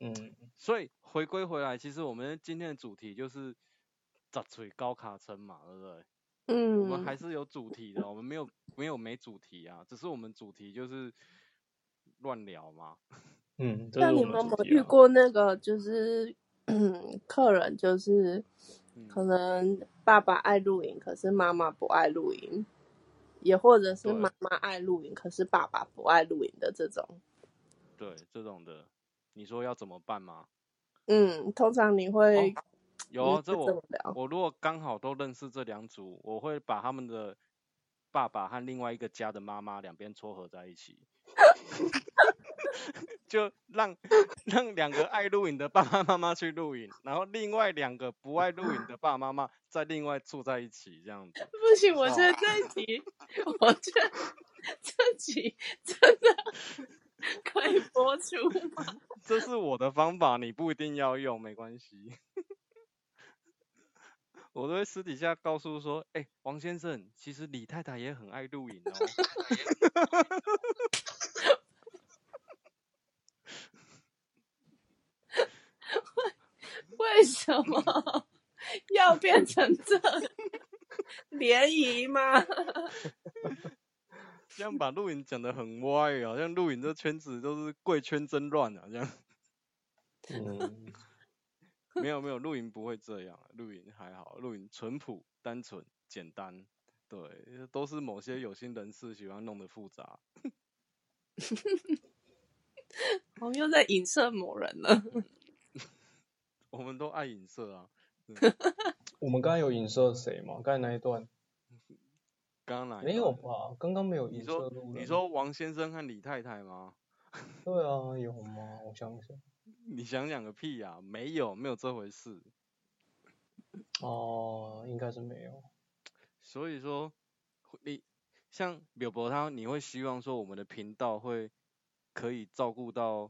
嗯，所以回归回来，其实我们今天的主题就是砸嘴高卡层嘛，对不对？我们还嗯，是有主题的，我们没有没有没主题啊，只是我们主题就是乱聊嘛。嗯，这那是你我们有们没主有题遇啊。过那个就是嗯，客人就是嗯，可能爸爸爱露营，可是妈妈不爱露营，也或者是对妈妈爱露营，可是爸爸不爱露营的这种。对这种的，你说要怎么办吗？嗯，通常你会、有你哦、会这怎么我聊？我如果刚好都认识这两组，我会把他们的爸爸和另外一个家的妈妈两边撮合在一起， <laughs> 就让让两个爱露营的爸爸妈妈去露营，然后另外两个不爱露营的爸爸妈妈再另外住在一起，这样子。不行，我觉得这一集，我觉得这集真的可以播出吗？这是我的方法，你不一定要用，没关系。 <laughs> 我都会私底下告诉说，哎、王先生，其实李太太也很爱露营哦。为什么要变成这样联谊吗？这样把露营讲得很歪啊，好像露营这圈子都是贵圈真乱啊，这样 <laughs> 嗯，没有没有，露营不会这样，露营还好，露营淳朴、单纯、简单，对，都是某些有心人士喜欢弄得复杂。我们又在影射某人了。我们都爱影射啊，我们刚才有影射谁吗？刚才那一段刚刚哪一没有段？吧？刚刚没有你影射说路人。你说王先生和李太太吗？对啊，有吗？我想想。你想想个屁呀、没有没有这回事。哦，应该是没有。所以说，你像柳博他，你会希望说我们的频道会可以照顾到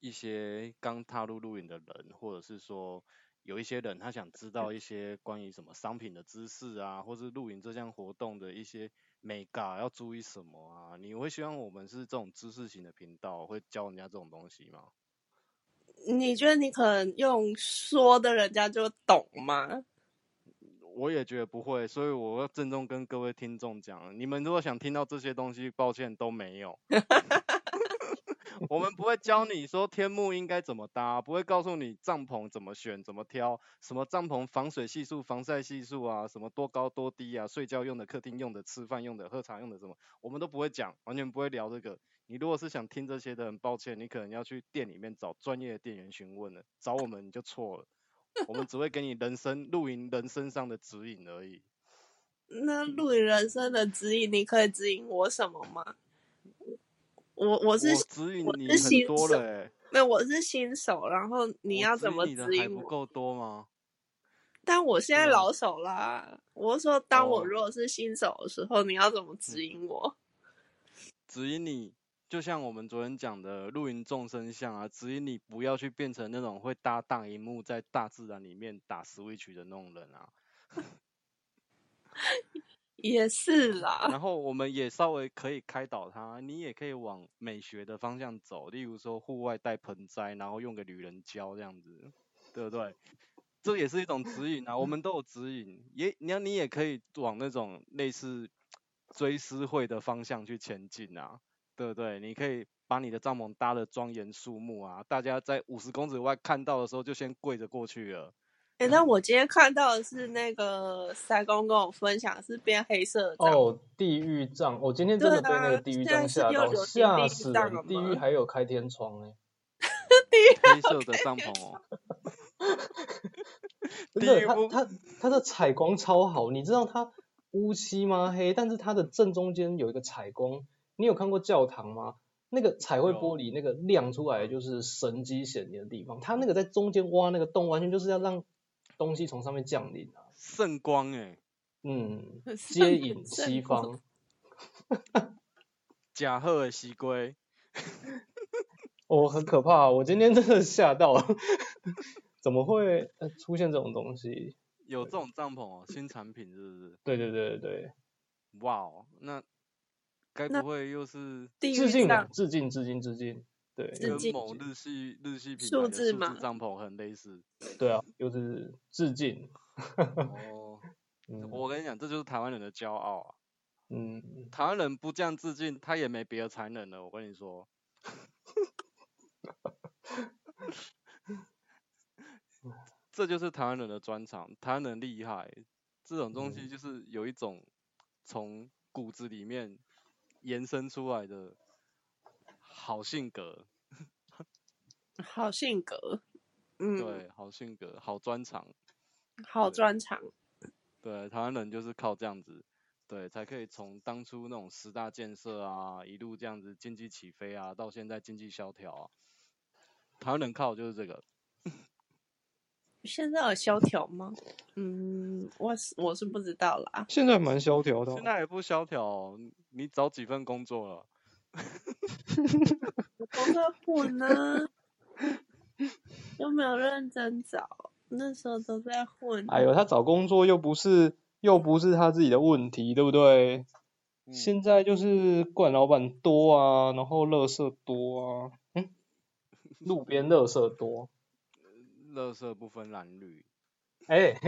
一些刚踏入露营的人，或者是说有一些人他想知道一些关于什么商品的知识啊，或是露营这项活动的一些美嘎要注意什么啊？你会希望我们是这种知识型的频道，会教人家这种东西吗？你觉得你可能用说的，人家就懂吗？我也觉得不会，所以我要郑重跟各位听众讲，你们如果想听到这些东西，抱歉都没有。我们不会教你说天幕应该怎么搭，不会告诉你帐篷怎么选、怎么挑，什么帐篷防水系数、防晒系数啊，什么多高多低啊，睡觉用的、客厅用的、吃饭用的、喝茶用的什么，我们都不会讲，完全不会聊这个。你如果是想听这些的，很抱歉，你可能要去店里面找专业的店员询问了，找我们你就错了。我们只会给你人生露营人生上的指引而已。那录影人生的指引，你可以指引我什么吗？我我是我指引我你是很新多手了、欸，没有，我是新手，然后你我要指怎引么你的指还引不我？够多吗？但我嗯现在对啊老手啦、我是说，当我哦如果是新手的时候，你要怎么嗯指引我？指引你，就像我们昨天讲的露营众生相啊，指引你不要去变成那种会搭大荧幕在大自然里面打 Switch 的那种人啊。也是啦，嗯然后我们也稍微可以开导他，你也可以往美学的方向走，例如说户外带盆栽，然后用个女人胶这样子，对不对？这也是一种指引啊，我们都有指引，也你要你也可以往那种类似追思会的方向去前进啊，对不对？你可以把你的帐篷搭的庄严肃穆啊，大家在五十公尺外看到的时候就先跪着过去了。哎、但我今天看到的是那个塞工跟我分享的是变黑色的帐篷，哦，地狱帐，我、今天真的啊被那个地狱帐吓到，对啊现吓在是死又有地狱帐了人！吗地狱还有开天窗哎、黑色的帐篷哦，真地狱的，它不它它的采光超好，你知道它乌漆嘛黑，但是它的正中间有一个采光，你有看过教堂吗？那个彩绘有玻璃那个亮出来就是神机显灵的地方，它那个在中间挖那个洞，完全就是要让东西从上面降临啊，圣光哎、 <laughs> 嗯，上接面引正西光方。假贺的西龟，哦，很可怕！我今天真的吓到了，怎么会呃出现这种东西？有这种帐篷哦，新产品是不是？对对对对哇哦，那该那不会又是地对，致敬狱啊帐，致敬，致敬，致敬，对，致又跟是敬某日系日系品牌数的字数嘛字帐篷很类似？对啊，又是致敬，哦，嗯我跟你讲，这就是台湾人的骄傲啊！嗯，台湾人不这样致敬，他也没别的才能了。我跟你说，这就是台湾人的专长，台湾人厉害。这种东西嗯就是有一种从骨子里面延伸出来的好性格，好性格，嗯，对，好性格，好专长。好对专长，对，台湾人就是靠这样子，对，才可以从当初那种十大建设啊，一路这样子经济起飞啊，到现在经济萧条啊。台湾人靠的就是这个，现在有萧条吗？嗯，我是我是不知道啦。现在蛮萧条的现在也不萧条哦、你找几份工作了？工作混啊呢， <laughs> 又没有认真找，那时候都在混。哎呦，他找工作又不是又不是他自己的问题，对不对？嗯现在就是惯老板多啊，然后垃圾多啊，嗯，路边垃圾多，垃圾不分蓝绿。哎、 <laughs>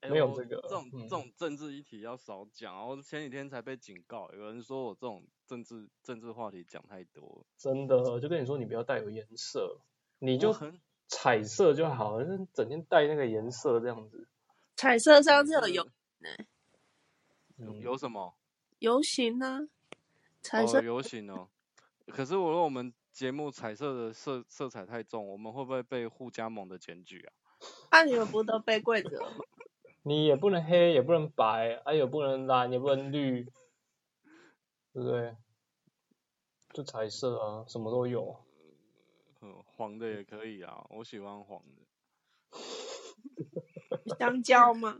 哎没有我这个这种嗯这种政治议题要少讲啊。我前几天才被警告，有人说我这种政治政治话题讲太多，真的，就跟你说，你不要带有颜色，你我就很彩色就好，就是整天带那个颜色这样子。彩色我上次有是游有嗯，有什么？游行呢、彩哦，色游行哦。可是我说我们节目彩色的色色彩太重，我们会不会被互加盟的检举啊？那、你们不都被跪着了吗？你也不能黑，也不能白，啊，也不能蓝，也不能绿，对不对？就彩色啊，什么都有。嗯，黄的也可以啊，我喜欢黄的香蕉吗？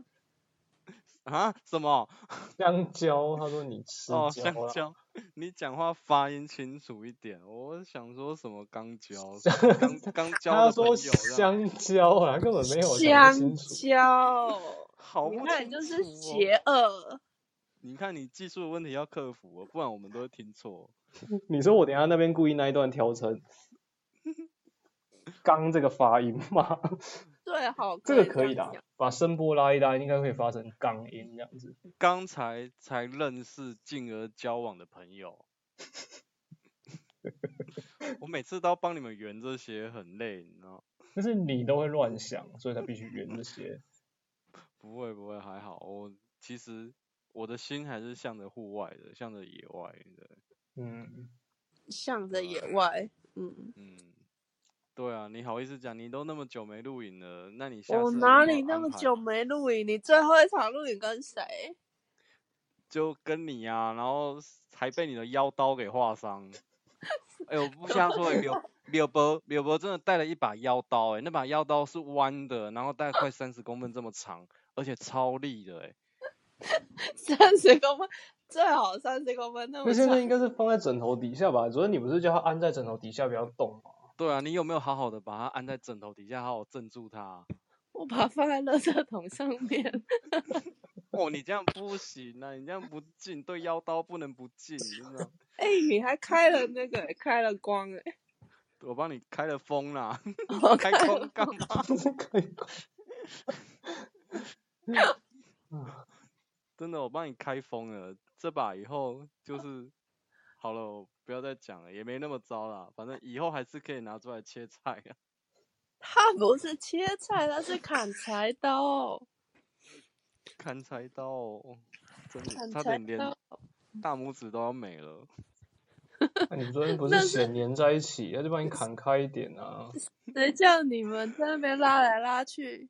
啊？什么？香蕉，他说你吃哦，蕉啊香啦，蕉。 <laughs> 你讲话发音清楚一点。我想说什么钢胶，钢钢胶他的朋说友这样，香蕉啊，根本没有讲得香清楚。蕉，好你不看清你就是楚哦邪恶。你看你技术的问题要克服哦，不然我们都会听错。你说我等一下那边故意那一段调 <laughs> 成刚这个发音吗？ <laughs> 对，好，这个可以的的啊，。把声波拉一拉，应该会发成钢音这样子。刚才才认识，进而交往的朋友。我每次都要帮你们圆这些，很累，你知道？但是你都会乱想，所以才必须圆这些。不会不会，还好。我其实我的心还是向着户外的，向着野外的。嗯，向着野外，嗯，嗯，对啊，你好意思讲？你都那么久没录影了，那你下次我有没有哪里那安么排久？没录影？你最后一场录影跟谁？ <laughs> 就跟你啊，然后还被你的腰刀给划伤。哎、我不瞎说、欸，柳柳伯柳伯真的带了一把腰刀、欸，那把腰刀是弯的，然后大概快三十公分这么长，而且超利的、欸，三十公分，最好三十公分那那么现在长。应该是放在枕头底下吧？昨天你不是叫他安在枕头底下不要动吗？ <laughs> 对啊，你有没有好好的把它按在枕头底下，好好镇住它？我把它放在垃圾桶上面。哦，你这样不行啊，你这样不敬，对腰刀不能不敬，真的。哎、你还开了那个、开了光哎、 <laughs> 我帮你开了封啦，我开看空干嘛？可以真的，我帮你开封了，这把以后 <laughs> 就是好了，我不要再讲了，也没那么糟啦，反正以后还是可以拿出来切菜啊。 <laughs> 他不是切菜，他是砍柴刀，砍柴刀、哦，真的砍差柴点连刀。大拇指都要没了。那你昨天不那是是血粘在一起，那就帮你砍开一点啊。 <laughs> 谁叫你们在那边拉来拉去？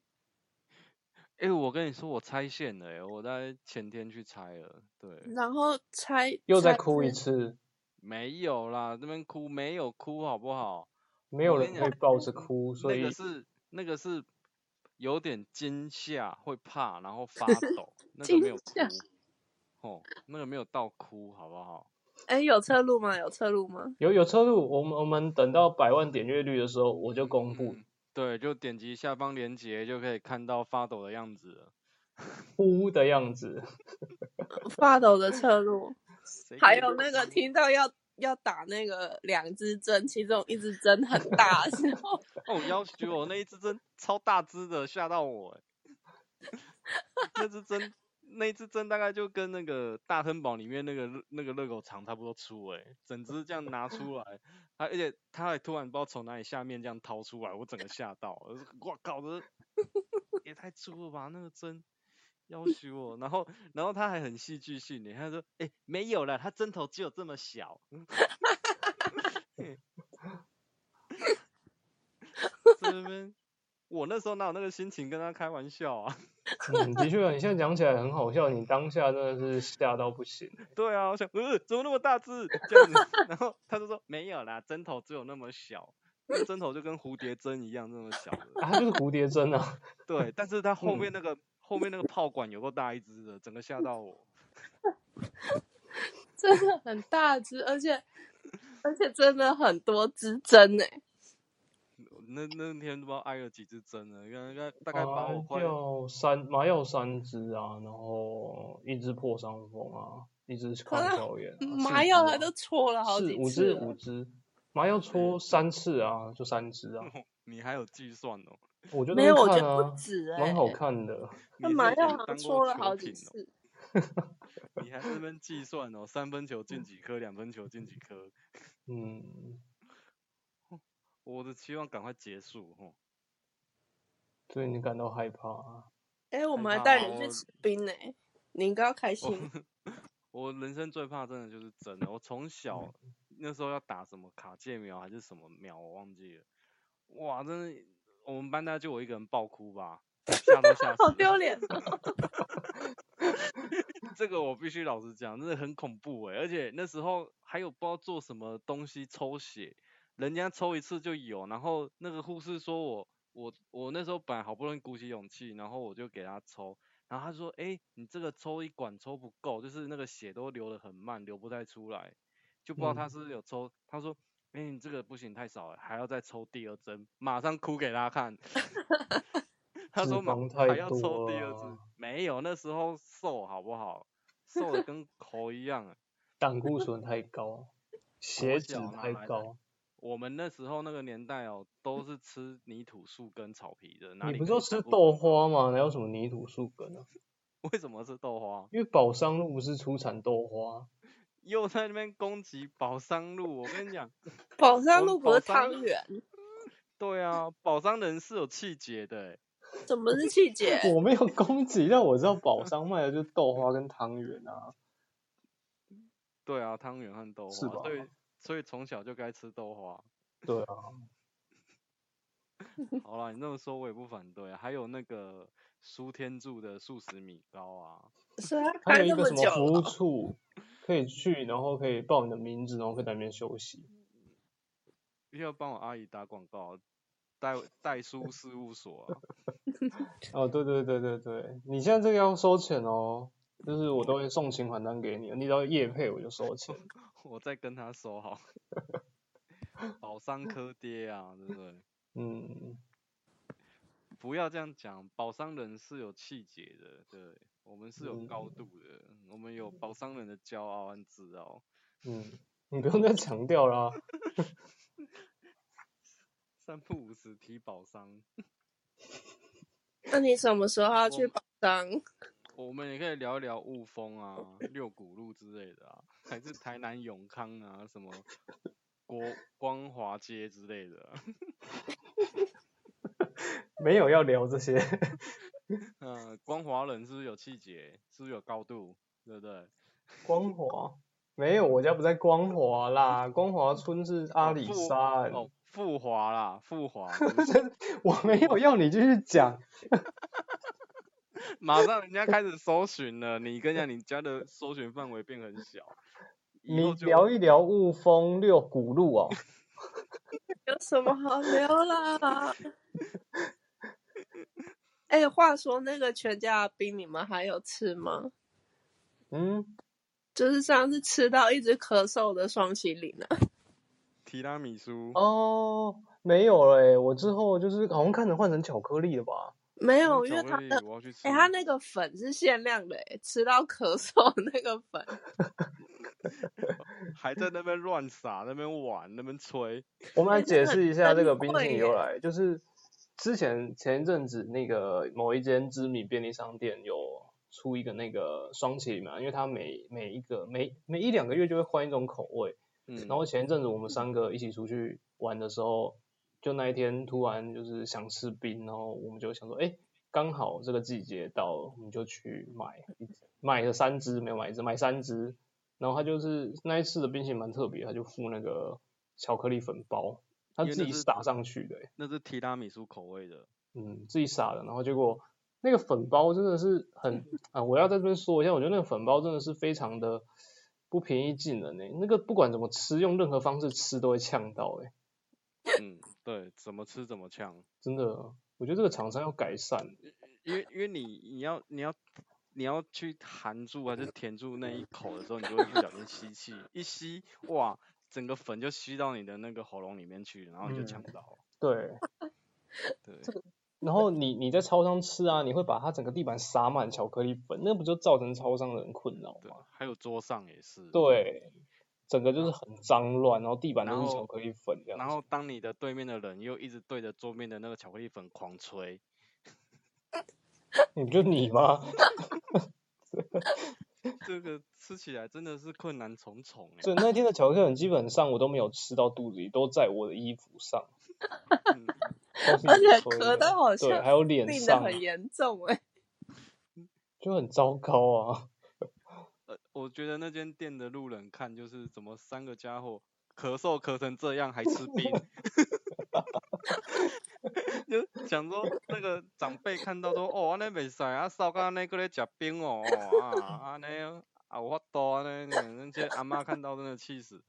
哎、我跟你说，我拆线了、欸，我在前天去拆了，对，然后拆又再拆哭一是次，没有啦，那边哭没有哭好不好？没有我人跟你会讲抱着哭，所那以个是那个是有点惊吓，会怕， <laughs> 然后发抖，那个没有哭惊吓，哦，那个没有到哭，好不好？哎，有侧录吗？有侧录吗？ <laughs> 有有车路，我们我们等到百万点阅率的时候，我就公布嗯，对，就点击下方链接就可以看到发抖的样子了。哭的样子。发抖的侧 <laughs> 录，谁还可以有那个哭听到要要打那个两支针，其中一支针很大的时候， <laughs> 哦，要求我那一只针超大只的，吓到我、欸。那只针，那一只针大概就跟那个大亨堡里面那个热那个热狗肠差不多粗哎、整只这样拿出来，它而且它还突然不知道从哪里下面这样掏出来，我整个吓到，我说哇靠，这也太粗了吧，那个针。要求我，然后，然后他还很戏剧性的，他说：“哎、没有了，他针头只有这么小。” <laughs> 在那边，我那时候哪有那个心情跟他开玩笑啊？嗯，的确啊，你现在讲起来很好笑，你当下真的是吓到不行。对啊，我想，呃，怎么那么大只？这样子， <laughs> 然后他就说没有啦，针头只有那么小，那针头就跟蝴蝶针一样那么小的。啊，它就是蝴蝶针啊，对，但是他后面那个、后面那个炮管有够大一只的，整个吓到我。真的很大只，而且而且真的很多支针呢。哦那那天不知道挨了几只针了，应该大哦概把我快、要三麻药三支啊，然后一支破伤风啊，一支抗它胶原啊、麻药他都戳了好是几五次支了五支，麻药戳三次啊，就三 <laughs> 支啊，你还有计算哦，我觉得没有，我觉看得不啊，止哎、蛮好看的。你那是麻已药经好像当戳过了好球几品哦，次，你还在那边计算哦，三分球进几颗，两分球进几颗，嗯，我的期望赶快结束哦。对你感到害怕啊。哎、我害们还怕带哦你去吃冰呢、你应该要开我心。我人生最怕真的就是针了。我从小那时候要打什么卡介苗还是什么苗，我忘记了。哇，真的，我们班大概就我一个人爆哭吧，吓都吓死好了。 <laughs> 丢脸哦！这个我必须老实讲，真的很恐怖哎、而且那时候还有不知道做什么东西抽血，人家抽一次就有，然后那个护士说我我我那时候本来好不容易鼓起勇气，然后我就给他抽，然后他说哎、诶你这个抽一管抽不够，就是那个血都流得很慢，流不太出来，就不知道他嗯是不是有抽，他说哎、诶你这个不行太少了，还要再抽第二针，马上哭给他看。他脂说嘛肪还太要抽多第了二支啊，没有，那时候瘦好不好？瘦的跟猴一样。胆 <laughs> 固醇太高，血脂小哪太来的高。我们那时候那个年代哦，都是吃泥土素跟草皮的，哪你里不是可说以胆吃固豆醇高？花吗？哪有什么泥土树根啊？为什么是豆花？因为宝山路不是出产豆花，又在那边攻击宝山路，我跟你讲，宝山我路们不是宝山汤圆，对啊，宝山人是有气节的欸，怎么是气 <laughs> 节？我没有攻击，但我知道宝山卖的就是豆花跟汤圆啊。对啊，汤圆和豆是花，所吧以所以从小就该吃豆 <laughs> 花。对啊，好啦，你这么说我也不反对啊，还有那个苏天柱的素食米糕啊，所以他还开有一那个么什么久服务了哦，处可以去，然后可以报你的名字，然后可以在那边休息。又要帮我阿姨打广告，代代书事务所啊， <laughs> 哦，对对对对对，你现在这个要收钱哦，就是我都会送请款单给你，你只要业配我就收钱。我再跟他说好。宝山科爹啊，对不对？嗯，不要这样讲，宝山人是有气节的，对我们是有高嗯度的，我们有宝山人的骄傲和自傲。啊嗯，你不用再强调啦、三不五时提宝商，那你什么时候要去宝藏？我们也可以聊一聊雾峰啊、六股路之类的啊，还是台南永康啊、什么国光华街之类的、啊。没有要聊这些， <laughs> 嗯，光华人是不是有气节？是不是有高度？对不对？光华没有，我家不在光华啦，光华村是阿里富山。哦，富华啦，富 <laughs> 华，对不起我没有要你继续讲，马上人家开始搜寻了，你跟你讲，你家的搜寻范围变很小。以你后就聊一聊雾峰六股路哦。有什么好聊啦？ <laughs> 哎、话说那个全家的冰，你们还有吃吗？嗯，就是上次吃到一直咳嗽的双喜岭啊，提拉米苏，哦，没有嘞，我之后就是好像看着换成巧克力了吧？没那嗯有，因为巧它克力的我要去吃。哎、它那个粉是限量的、哎，吃到咳嗽的那个粉，还在那边乱撒，那边玩，那边吹。我们来哎这解个释一下很这个冰淇贵淋由耶来，就是之前前一阵子那个某一间知名便利商店有出一个那个双淇淋嘛，因为它每每一个每每一两个月就会换一种口味。嗯，然后前一阵子我们三个一起出去玩的时候，就那一天突然就是想吃冰，然后我们就想说，哎，刚好这个季节到了，我们就去买，买了三只，没有买一只，买三只。然后它就是那一次的冰淇淋蛮特别，它就附那个巧克力粉包，它因为自那己是撒上去的、欸那是提拉米苏口味 <laughs> 的，嗯，自己撒的。然后结果那个粉包真的是很嗯啊，我要在这边说一下，我觉得那个粉包真的是非常的不平易近人诶、欸那个不管怎么吃，用任何方式吃都会呛到欸诶、嗯，对，怎么吃怎么呛，真的，我觉得这个厂商要改善。欸因为因为你你要你要你要去含住还是填住那一口的时候，你就会不小心吸气，一吸哇，整个粉就吸到你的那个喉咙里面去，然后你就嗯呛到了。对，对，然后你你在超商吃啊，你会把它整个地板撒满巧克力粉，那不就造成超商的人困扰对吗？，还有桌上也是。。对，整个就是很脏乱，然后地板然都是后巧克力粉这样子。然后当你的对面的人又一直对着桌面的那个巧克力粉狂吹，你就你吗？这个吃起来真的是困难重重哎、对，那天的巧克力粉基本上我都没有吃到肚子里，都在我的衣服上。嗯都是 <laughs> 而你且吹咳的得好对，像还有啊脸病得上很严重、哎，就很糟糕啊。呃，我觉得那间店的路人看就是怎么三个家伙咳嗽咳成这样还吃 <laughs> 冰，就想说那个长辈看到说哦，安尼袂使啊，少到安尼搁咧食冰哦，哦啊安尼啊有法度安尼，那些阿妈看到真的气死。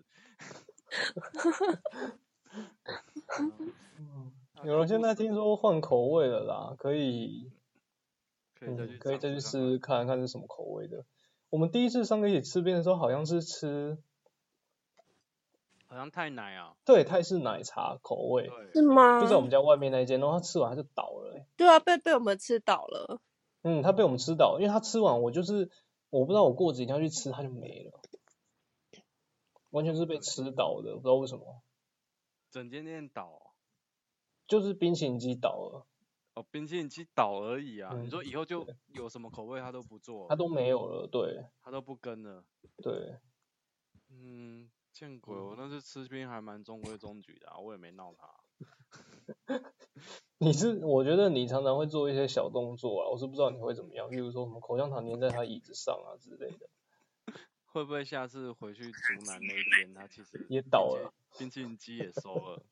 嗯，啊 <laughs> 有人现在可不听说换口味了啦，可以，可以再去嗯，可以尝再去试看看试试看看是什么口味的。我们第一次三个一起吃冰的时候，好像是吃好像太奶啊，对泰式奶茶口味，对，是吗就在我们家外面那一间，然后他吃完他就倒了欸、对啊，被被我们吃倒了。嗯，他被我们吃倒，因为他吃完我就是我不知道我过几天要去吃，他就没了，完全是被吃倒的，不知道为什么，整间店倒哦就是冰淇淋机倒了，哦，冰淇淋机倒而已啊。你嗯说以后就有什么口味他都不做，他都没有了，对他都不跟了。对。嗯，见鬼！我那次吃冰还蛮中规中矩的、啊，我也没闹他。你是，我觉得你常常会做一些小动作啊，我是不知道你会怎么样，例如说什么口香糖粘在他椅子上啊之类的。会不会下次回去竹南那一间，他其实也冰倒淇了，冰淇淋机也收 <laughs> 了。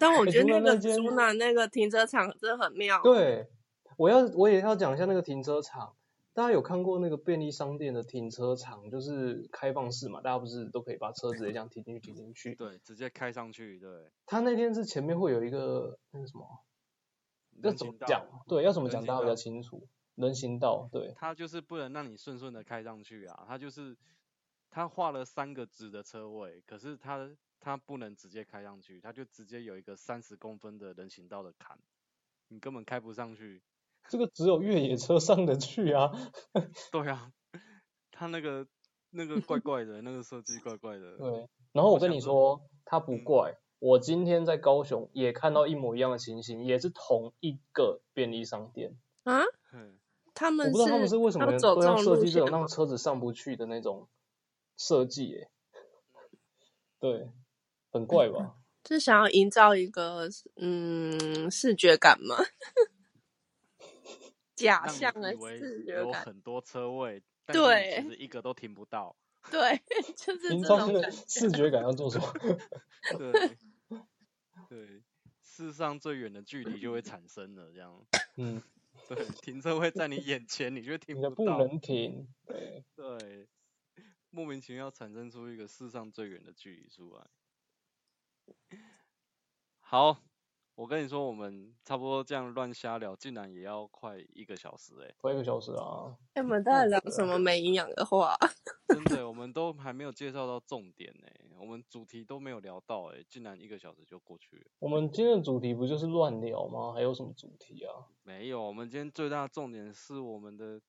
但我哎觉得竹那南那个间竹南那个停车场真的很妙。对，我要我也要讲一下那个停车场，大家有看过那个便利商店的停车场，就是开放式嘛，大家不是都可以把车直接这样停进去停进去。对，直接开上去，对。他那天是前面会有一个那个什么，要人怎么行道讲？对，要怎么人讲行大家比较道清楚。人行道，对，他就是不能让你顺顺的开上去啊，他就是他画了三个直的车位，可是他他不能直接开上去，他就直接有一个三十公分的人行道的坎，你根本开不上去。这个只有越野车上得去啊。对啊， <laughs> 他那个那个怪怪的，那个设计怪怪的。 <laughs> 对，然后我我跟想你说说，它不嗯怪，我今天在高雄也看到一模一样的情形，也是同一个便利商店。啊，嗯他我们不知道他们是为什么要走都这要种设路计这线种让吗车子上不去的那种设计、欸，嗯对，很怪吧？就是想要营造一个嗯视觉感吗？ <laughs> 假让你象的以为视觉有感，很多车位，但是你其对实一个都停不 <laughs> 到。对， <laughs> 就是营这造这种个感觉。视觉感要做 <laughs> 什么？对 <laughs> 对，世上最远的距离就会产生了这样。嗯， <laughs> 对，停车位在你眼前，你就停你的不到。能停，对，对，莫名其妙产生出一个世上最远的距离出来。好，我跟你说，我们差不多这样乱瞎聊，竟然也要快一个小时哎、快一个小时啊，哎我们到底聊什么没营养的话？真的欸、我们都还没有介绍到重点哎、我们主题都没有聊到哎、竟然一个小时就过去了。我们今天的主题不就是乱聊吗？还有什么主题啊？没有，我们今天最大的重点是我们的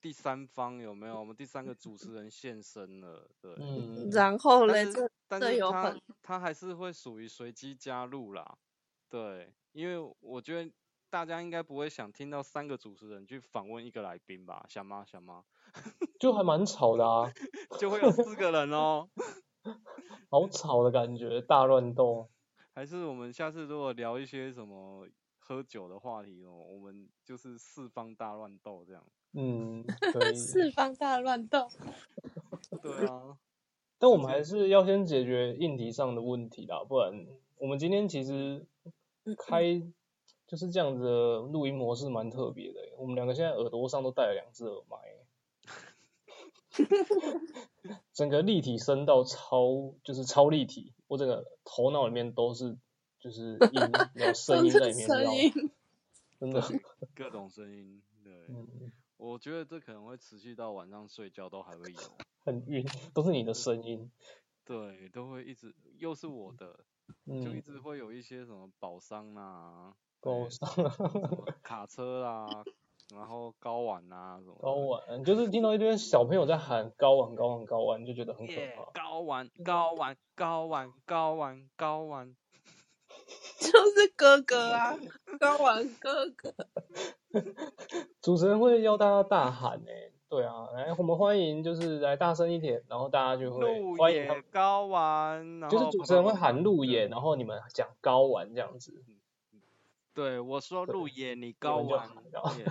第三方有没有？我们第三个主持人现身了，对。嗯，然后嘞，但这是但这是有他很他还是会属于随机加入啦，对，因为我觉得大家应该不会想听到三个主持人去访问一个来宾吧，想吗？想吗？就还蛮吵的啊，就会有四个人哦， <laughs> 好吵的感觉，大乱斗。还是我们下次如果聊一些什么喝酒的话题哦，我们就是四方大乱斗这样。嗯，可以。四方大乱斗。 <laughs> 对啊，但我们还是要先解决硬题上的问题啦，不然我们今天其实嗯开就是这样子的录音模式蛮特别的欸、我们两个现在耳朵上都戴了两只耳麦欸， <laughs> 整个立体声道超就是超立体，我整个头脑里面都是就是音，然后声 <laughs> 都音是在里面声音绕，真的，各种声音，对，嗯，我觉得这可能会持续到晚上睡觉都还会 <laughs> 有，很晕，都是你的声音，对，都会一直，又是我的，就一嗯，直会有一些什么宝商啊，高对尚什 <laughs> 么卡车啊，然后睾丸啊什么高的。玩， <laughs> 就是听到一堆小朋友在喊高玩高玩高玩，就觉得很可耶怕。睾丸，睾丸，睾丸，睾丸，睾丸，就是哥哥 <laughs> 啊，高玩哥哥。主持人会邀大家大喊哎、对啊，来我们欢迎就是来大声一点，然后大家就会鹿欢迎野他们，睾丸，然就是后主啪持人啪会啪喊路野，对然后你们讲高玩这样子，对我说对鹿野，你睾们就丸喊到耶，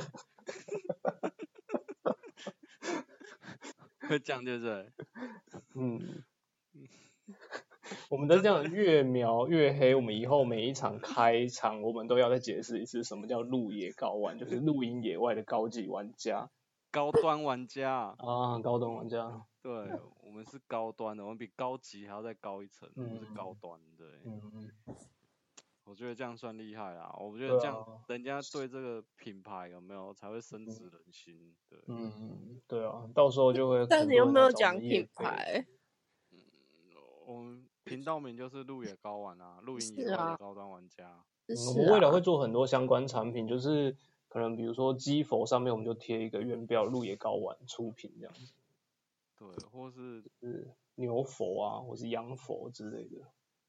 会这样对不对？嗯，我们的这样越描越黑，我们以后每一场开场我们都要再解释一次什么叫路野高玩，就是露营野外的高级玩家高端玩家啊，啊，高端玩家，对我们是高端的，我们比高级还要再高一层，我们是高端，对。嗯，我觉得这样算厉害啦，我觉对得这样啊，人家对这个品牌有没有才会深植人心，对，嗯，对啊，到时候就会但很你多有人没来找有我讲们业品配牌？我们频道名就是路野高玩啊，露营是野外的啊高端玩家，嗯是我们未来啊，会做很多相关产品，就是可能比如说基佛上面我们就贴一个原标鹿野高丸出品这样子，对，或 <laughs> 是就是牛佛啊，或是羊佛之类的。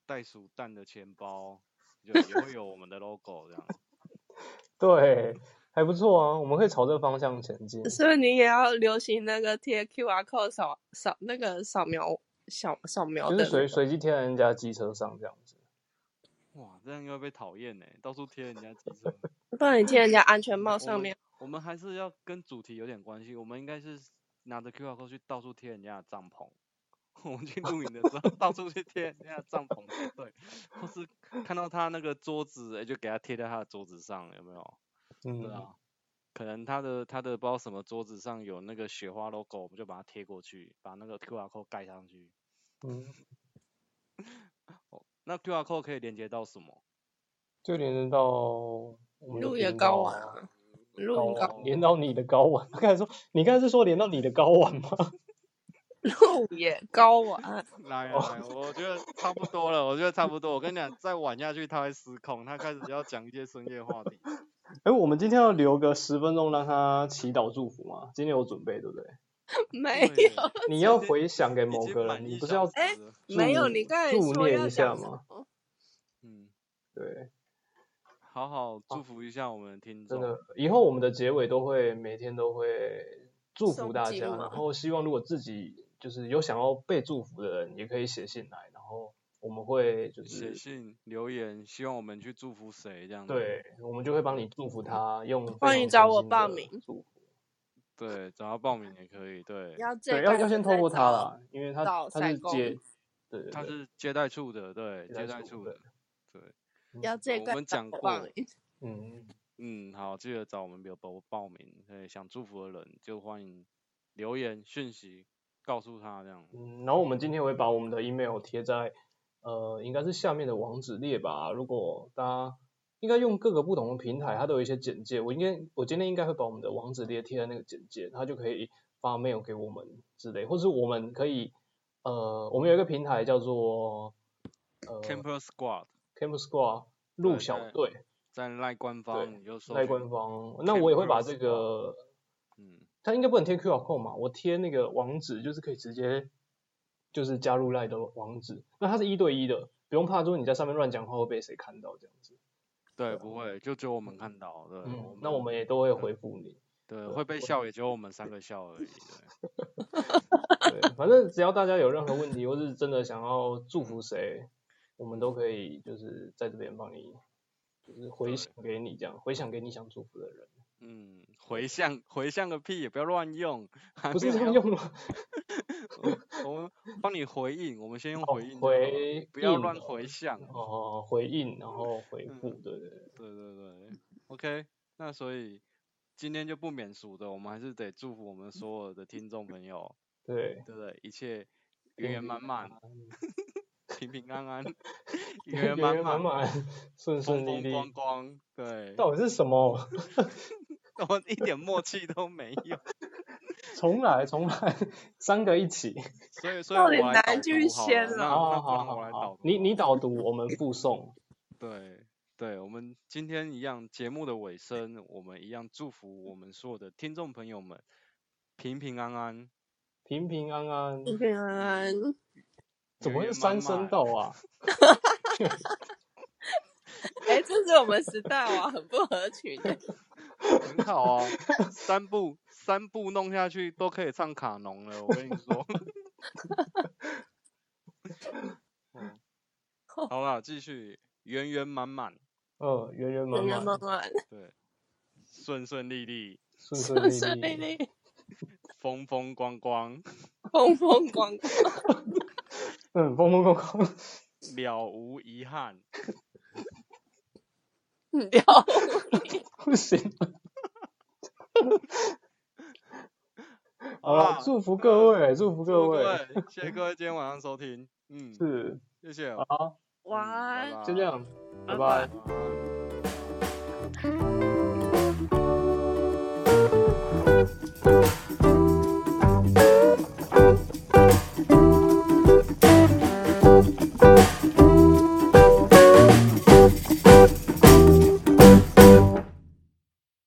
袋鼠蛋的钱包，就也会有我们的 logo 这样。 <laughs> 对，还不错啊，我们可以朝这个方向前进。所以你也要流行那个贴 QR code 扫扫那个扫描扫扫描就是的那随个。随机贴在人家机车上这样子，哇，这样又会被讨厌呢，到处贴人家机车。不然你贴人家安全帽我上们面，我们还是要跟主题有点关系，我们应该是拿着 QR code 去到处贴人家的帐篷。我们去露营的 <laughs> 时候，到处去贴人家的帐篷才对，或是看到他那个桌子，哎、就给他贴在他的桌子上，有没有？对嗯，啊，可能他的他的不知道什么桌子上有那个雪花 logo，我们就把它贴过去，把那个 QR code 盖上去。嗯，哦，那 QR code 可以连接到什么？就连接到我们的路野频高道玩啊，啊，路高野高丸连到你的高丸。 <laughs> 刚才说你刚才是说连到你的高丸吗？路野高玩，来哦啊来啊，我觉得差不多了，我觉得差不多。我跟你讲，再晚下去他会失控，他开始要讲一些深夜话题。哎，我们今天要留个十分钟让他祈祷祝福吗？今天有准备对不对？ <laughs> 没对有你今要天回想给已某经个满人，你一不是小要时哎了祝没有，你刚才祝说念要一下讲什吗？么？嗯，对，好好哦祝福一下我们的听真众。的，以后我们的结尾都会每天都会祝福送大经家，嘛然后希望如果自己就是有想要被祝福的人，也可以写信来，然后我们会就写是信留言，希望我们去祝福谁这样子。对，我们就会帮你祝福他，用非欢迎常找诚我心报的名祝福。对，找他报名也可以。对，要这对，要段要先再透过他找啦，因为他找他代是购接，对对他对是接待处的，对，接接待待处处对的，对，要这我段们找讲我报过名嗯，嗯，好，记得找我们有报报名，对，想祝福的人就欢迎留言讯息告诉他这样。嗯，然后我们今天会把我们的 email 贴在呃，应该是下面的网址列吧。如果大家应该用各个不同的平台，它都有一些简介。我应该我今天应该会把我们的网址列贴在那个简介，它就可以发 mail 给我们之类，或是我们可以呃，我们有一个平台叫做 Camper Squad Camp Squad 路对小对队在赖官方，你就搜赖寻官，方，那我也会把 Camp 这个嗯，它应该不能贴 QR code 嘛，我贴那个网址就是可以直接就是加入 Line 的网址，那它是一对一的，不用怕说你在上面乱讲话会被谁看到这样子。对，不会，就只有我们看到，对，嗯，那我们也都会回复 <laughs> 你。对对会被笑，也只有我们三个笑而已，对。对，反正只要大家有任何问题，或是真的想要祝福谁，我们都可以就是在这边帮你，就是回想给你这样，回想给你想祝福的人，嗯，回向回向个屁，也不要乱用。还不是没有这样哎要，用吗？我们帮你回应，我们先用哦回应就好了、回不要应乱哦回嗯向。哦，回应然后回复，对对对，对对对，OK，那所以今天就不免俗的，我们还是得祝福我们所有的听众朋友，对，对不对？一切圆圆平满平满，安安平平安 <laughs> 安，圆圆圆满圆满满，顺风顺利风利。光光。对，到底是什么？ <laughs> 我们一点默契都没有，重来，重来，三个一起。所以所以到我底来哪导一句读好先了，那啦啊那不哦好好然我好来好导，你读你好导读，我们附送。对对，我们今天一样节目的尾声，我们一样祝福我们所有的听众朋友们平平安安， <laughs> 平平安安，平平安安，怎圆圆么会满三声满道啊？哎、这是我们时代哇，很不合群 <laughs> 欸、很好哦，三步三步弄下去都可以唱卡农了，我跟你说。 <laughs> <laughs> 嗯，好啦，继续圆圆满满，嗯，圆圆满圆圆满满，满，对，顺顺利利，顺顺顺顺利利利。利，风风光光，风风光 <laughs> 光。嗯，风风光光。了无遗憾。聊不行。 <laughs> 好啦了，祝福各位，祝福啊祝各各位。位，谢谢各位今天晚上收听，嗯，是，谢谢，好，晚安。就这样。样，拜拜拜拜。晚安